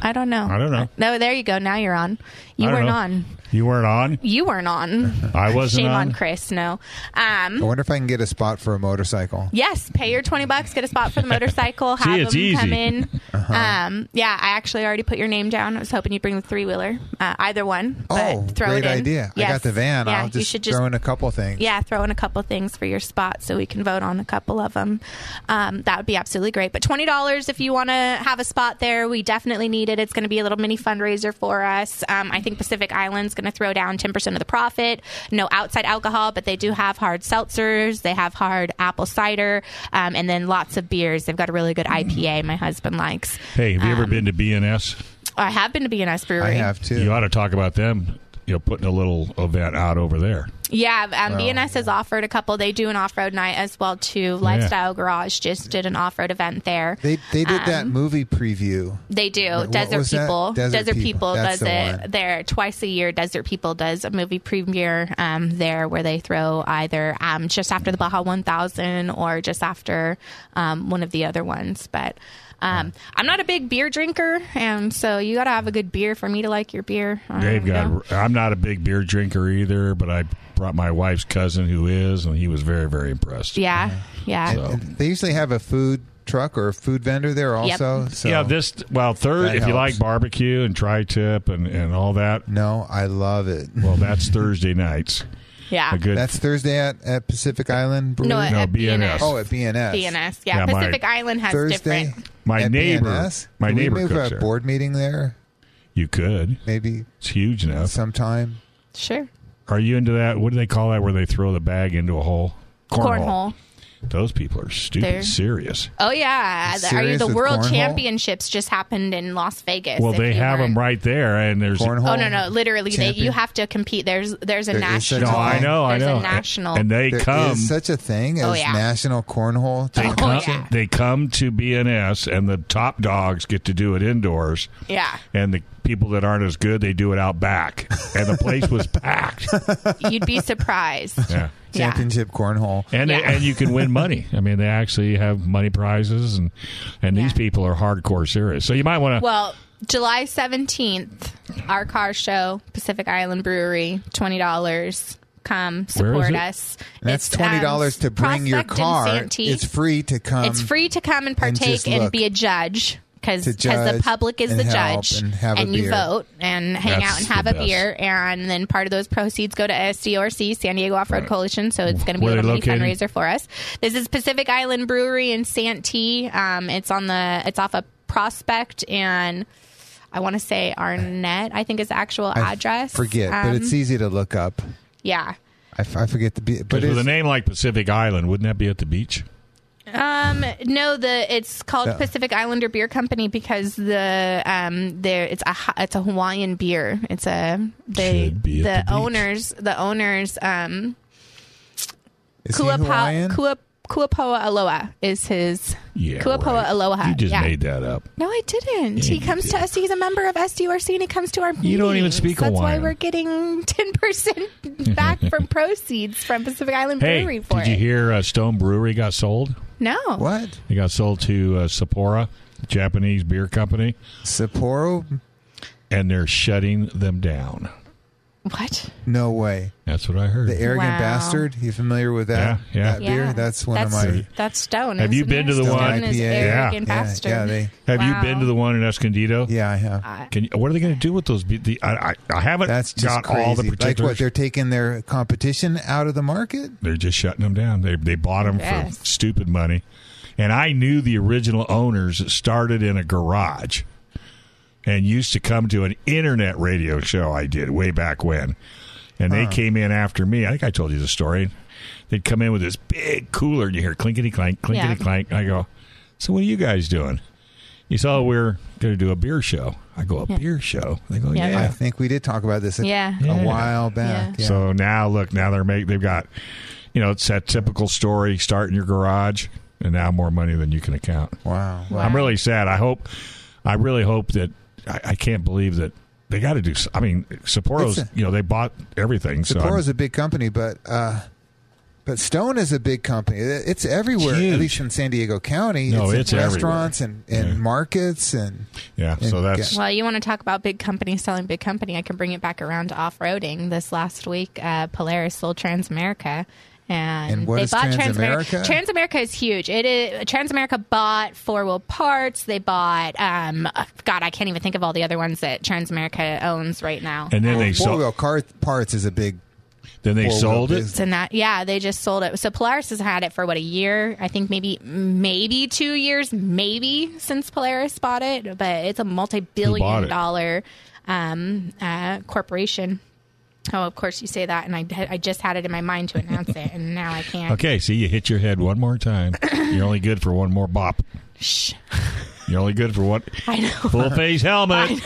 Speaker 5: I don't know.
Speaker 4: I don't know.
Speaker 5: No, there you go. Now you're on. You
Speaker 4: I don't
Speaker 5: weren't
Speaker 4: know.
Speaker 5: on.
Speaker 4: You weren't on.
Speaker 5: You weren't on.
Speaker 4: I [LAUGHS] wasn't
Speaker 5: Shame
Speaker 4: on.
Speaker 5: on Chris. No. Um,
Speaker 6: I wonder if I can get a spot for a motorcycle.
Speaker 5: Yes, pay your twenty bucks, get a
Speaker 4: [LAUGHS]
Speaker 5: spot for the motorcycle, have
Speaker 4: See, it's
Speaker 5: them come
Speaker 4: easy.
Speaker 5: in.
Speaker 6: Uh-huh.
Speaker 5: Um, yeah, I actually already put your name down. I was hoping you'd bring the three wheeler, uh, either one. But
Speaker 6: oh,
Speaker 5: throw
Speaker 6: great
Speaker 5: it in.
Speaker 6: idea! I
Speaker 5: Yes.
Speaker 6: got the van.
Speaker 5: Yeah,
Speaker 6: I'll
Speaker 5: you
Speaker 6: just,
Speaker 5: should just
Speaker 6: throw in a couple things.
Speaker 5: yeah, throw in a couple things for your spot so we can vote on a couple of them. Um, that would be absolutely great. But twenty dollars if you want to have a spot there, we definitely need it. It's going to be a little mini fundraiser for us. Um, I think Pacific Island's going to throw down ten percent of the profit. No outside alcohol, but they do have hard seltzers. They have hard apple cider, um, and then lots of beers. They've got a really good
Speaker 6: Mm.
Speaker 5: IPA. My husband likes.
Speaker 4: Hey, have you ever been to BNS?
Speaker 5: I have been to BNS Brewery.
Speaker 6: I have too.
Speaker 4: You ought to talk about them. You know, putting a little event out over there.
Speaker 5: Yeah, um, BNS has offered a couple. They do an off road night as well too. Lifestyle Garage just did an off road event there.
Speaker 6: They they did that movie preview.
Speaker 5: Um, They do.
Speaker 6: What
Speaker 5: Desert
Speaker 6: was that?
Speaker 5: People.
Speaker 6: Desert
Speaker 5: Desert,
Speaker 6: People.
Speaker 5: People,
Speaker 6: That's
Speaker 5: does
Speaker 6: the
Speaker 5: it
Speaker 6: one.
Speaker 5: there twice a year. Desert People does a movie premiere um, there where they throw either um, just after the Baja 1000 or just after um, one of the other ones. But um, I'm not a big beer drinker, and so you got to have a good beer for me to like your beer. I
Speaker 4: They've
Speaker 5: don't
Speaker 4: got.
Speaker 5: know.
Speaker 4: I'm not a big beer drinker either, but I brought my wife's cousin who is, and he was very, very impressed.
Speaker 5: Yeah, yeah.
Speaker 6: And, and they usually have a food truck or a food vendor there
Speaker 5: Yep.
Speaker 6: also. So
Speaker 4: yeah. This well, third,
Speaker 6: That
Speaker 4: if you like
Speaker 6: helps.
Speaker 4: barbecue and tri-tip and and all that,
Speaker 6: no, I love it. [LAUGHS]
Speaker 4: well, that's Thursday nights.
Speaker 5: yeah.
Speaker 4: A good
Speaker 6: That's Thursday at, at Pacific Island Brewery.
Speaker 5: no, at,
Speaker 4: No,
Speaker 5: at
Speaker 4: BNS.
Speaker 5: BNS.
Speaker 6: oh, at BNS.
Speaker 5: BNS. Yeah,
Speaker 4: Yeah, my-
Speaker 5: Pacific Island has
Speaker 6: Thursday.
Speaker 5: different.
Speaker 4: My
Speaker 6: at
Speaker 4: neighbor-
Speaker 6: BNS?
Speaker 4: my
Speaker 6: Can
Speaker 4: neighbor
Speaker 6: We move
Speaker 4: cooks
Speaker 6: a
Speaker 4: there.
Speaker 6: board meeting there
Speaker 4: You could.
Speaker 6: maybe
Speaker 4: It's huge enough.
Speaker 6: sometime.
Speaker 5: Sure.
Speaker 4: Are you into that? What do they call that? Where they throw the bag into a hole?
Speaker 5: Cornhole.
Speaker 4: Those people are stupid
Speaker 5: They're-
Speaker 4: serious.
Speaker 5: Oh yeah, the, are you
Speaker 6: serious
Speaker 5: the
Speaker 6: with
Speaker 5: World
Speaker 6: cornhole?
Speaker 5: Championships just happened in Las Vegas?
Speaker 4: Well,
Speaker 5: if
Speaker 4: they
Speaker 5: you
Speaker 4: have them
Speaker 5: weren't-
Speaker 4: right there, and there's
Speaker 6: Cornhole.
Speaker 5: Oh no, no, literally, they,
Speaker 6: Champion.
Speaker 5: you have to compete. There's there's a
Speaker 6: There is such
Speaker 5: national.
Speaker 6: a
Speaker 4: No, I know, I
Speaker 5: There's
Speaker 4: know.
Speaker 5: a national.
Speaker 4: and they
Speaker 6: There
Speaker 4: come.
Speaker 6: is such a thing as
Speaker 5: Oh, yeah.
Speaker 6: National Cornhole.
Speaker 4: They
Speaker 5: Oh,
Speaker 4: come,
Speaker 5: yeah.
Speaker 4: they come to BNS, and the top dogs get to do it indoors.
Speaker 5: yeah,
Speaker 4: And the people that aren't as good, they do it out back. And the place
Speaker 5: [LAUGHS]
Speaker 4: was packed.
Speaker 5: you'd be
Speaker 6: [LAUGHS]
Speaker 5: surprised.
Speaker 4: Yeah.
Speaker 5: Yeah.
Speaker 6: Championship Cornhole.
Speaker 4: And
Speaker 5: Yeah.
Speaker 4: and you can win money. I mean, they actually have money prizes, and and these
Speaker 5: Yeah.
Speaker 4: people are hardcore serious. So you might want to.
Speaker 5: Well, July seventeenth, our car show, Pacific Island Brewery, twenty dollars. Come
Speaker 4: Where is
Speaker 5: support
Speaker 4: it?
Speaker 5: us.
Speaker 6: And that's
Speaker 5: It's, um,
Speaker 6: twenty dollars to bring your
Speaker 5: Prospect and
Speaker 6: car.
Speaker 5: Santee.
Speaker 6: It's free to come.
Speaker 5: it's free to come and
Speaker 6: Um, and
Speaker 5: partake
Speaker 6: just
Speaker 5: and,
Speaker 6: look.
Speaker 5: be a judge because
Speaker 6: To judge
Speaker 5: the public is
Speaker 6: and
Speaker 5: the
Speaker 6: help
Speaker 5: judge
Speaker 6: and have a
Speaker 5: you
Speaker 6: beer.
Speaker 5: vote and hang
Speaker 4: That's
Speaker 5: out and have
Speaker 4: the
Speaker 5: a
Speaker 4: best.
Speaker 5: beer and then part of those proceeds go to SDRC San Diego Off Road Coalition so it's going to be
Speaker 4: Where
Speaker 5: a
Speaker 4: are
Speaker 5: little mini
Speaker 4: they located?
Speaker 5: fundraiser for us. This is Pacific Island Brewery in Santee. Um, it's on the it's off a Prospect and I want to say Arnett I think is the actual
Speaker 6: I
Speaker 5: address.
Speaker 6: Forget, but
Speaker 5: Um,
Speaker 6: it's easy to look up.
Speaker 5: yeah.
Speaker 6: I, f- I forget the be- but
Speaker 4: with
Speaker 6: it's,
Speaker 4: a name like Pacific Island, wouldn't that be at the beach?
Speaker 5: Um, no, the it's called
Speaker 6: Yeah.
Speaker 5: Pacific Islander Beer Company because the um there it's a Ha- it's a Hawaiian beer. It's a they
Speaker 4: Should be at
Speaker 5: the,
Speaker 4: the beach.
Speaker 5: owners the owners um
Speaker 6: is he
Speaker 5: Kuapa
Speaker 6: Hawaiian?
Speaker 5: Kua, Kuapoa Aloha is his
Speaker 4: Yeah,
Speaker 5: Kuapoa
Speaker 4: right.
Speaker 5: Aloha.
Speaker 4: You just
Speaker 5: yeah.
Speaker 4: made that up.
Speaker 5: No, I didn't.
Speaker 4: Yeah,
Speaker 5: he
Speaker 4: you
Speaker 5: comes to
Speaker 4: did.
Speaker 5: us. He's a member of SDRC and he comes to our meetings.
Speaker 4: You don't even speak
Speaker 5: That's
Speaker 4: Hawaiian.
Speaker 5: why we're getting [LAUGHS]
Speaker 4: [LAUGHS]
Speaker 5: 10% back from proceeds from Pacific Island
Speaker 4: Hey,
Speaker 5: Brewery for
Speaker 4: did you
Speaker 5: it.
Speaker 4: hear uh, Stone Brewery got sold?
Speaker 5: no.
Speaker 6: What?
Speaker 4: It got sold to uh, Sapporo, Japanese beer company,
Speaker 6: Sapporo?
Speaker 4: and they're shutting them down.
Speaker 5: What?
Speaker 6: No way.
Speaker 4: That's what I heard.
Speaker 6: The arrogant
Speaker 5: Wow.
Speaker 6: bastard. You familiar with that?
Speaker 4: Yeah, yeah.
Speaker 6: That beer. That's one
Speaker 5: that's,
Speaker 6: of my.
Speaker 5: That's Stone.
Speaker 4: Have you
Speaker 5: isn't
Speaker 4: been
Speaker 5: it?
Speaker 4: to the
Speaker 5: Stone
Speaker 4: one-
Speaker 5: is
Speaker 6: IPA?
Speaker 5: Arrogant
Speaker 6: Yeah,
Speaker 5: bastard.
Speaker 6: yeah, they-
Speaker 4: Have
Speaker 5: Wow.
Speaker 4: you been to the one in Escondido?
Speaker 6: Yeah, I have.
Speaker 4: Can you, what are they going to do with those? be- The, I, I, I haven't
Speaker 6: That's just
Speaker 4: got
Speaker 6: crazy.
Speaker 4: all the
Speaker 6: like what
Speaker 4: particulars.
Speaker 6: they're taking their competition out of the market.
Speaker 4: They're just shutting them down. They they bought them
Speaker 5: Yes.
Speaker 4: for stupid money, and I knew the original owners that started in a garage, and used to come to an internet radio show I did way back when, and they came in after me. I think I told you the story. They'd come in with this big cooler, and you hear clinkety clank, clinkety clank. I go, so what are you guys doing? You saw we're going to do a beer show. I go a beer show. They go
Speaker 5: Yeah.
Speaker 6: I
Speaker 4: yeah.
Speaker 6: think we did talk about this a,
Speaker 5: Yeah.
Speaker 6: a
Speaker 4: Yeah.
Speaker 6: while back. Yeah.
Speaker 4: So now look, now they're make they've got, you know, it's that typical story: start in your garage, and now more money than you can account.
Speaker 6: wow. wow.
Speaker 4: I'm really sad. I hope, I really hope that I, I can't believe that they got to do. s- I mean, Sapporo's,
Speaker 6: It's a-
Speaker 4: you know, they bought everything. So
Speaker 6: Sapporo's
Speaker 4: I'm-
Speaker 6: a big company, but uh, but Stone is a big company. It- It's everywhere,
Speaker 4: Huge.
Speaker 6: at least in San Diego County.
Speaker 4: No,
Speaker 6: in
Speaker 4: it's
Speaker 6: restaurants and, and markets and
Speaker 4: yeah. So that's
Speaker 5: Well, you want to talk about big companies selling big company? I can bring it back around to off roading. This last week, uh, Polaris sold Transamerica. And,
Speaker 6: And what
Speaker 5: they
Speaker 6: is
Speaker 5: bought
Speaker 6: Transamerica?
Speaker 5: Transamerica. Transamerica is huge. It is Transamerica bought four wheel parts. They bought um, God, I can't even think of all the other ones that Transamerica owns right now.
Speaker 4: and then they
Speaker 6: four wheel
Speaker 4: sold.
Speaker 6: car parts is a big.
Speaker 4: Then they
Speaker 6: four-wheel
Speaker 4: sold it.
Speaker 6: business.
Speaker 5: and that yeah they just sold it so polaris has had it for what a year i think maybe maybe two years maybe since polaris bought it but it's a
Speaker 4: bought it?
Speaker 5: multi-billion dollar um, uh, corporation oh of course you say that and I, I just had it in my mind to announce it and now i can't
Speaker 4: Okay, see, you hit your head one more time. You're only good for one more bop.
Speaker 5: Shh.
Speaker 4: You're only good for one
Speaker 5: i know
Speaker 4: full face helmet.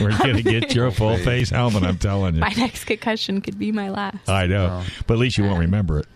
Speaker 4: We're gonna get your full face helmet. I'm telling you.
Speaker 5: [LAUGHS] my next concussion could be my last
Speaker 4: I know, but at least you won't remember it.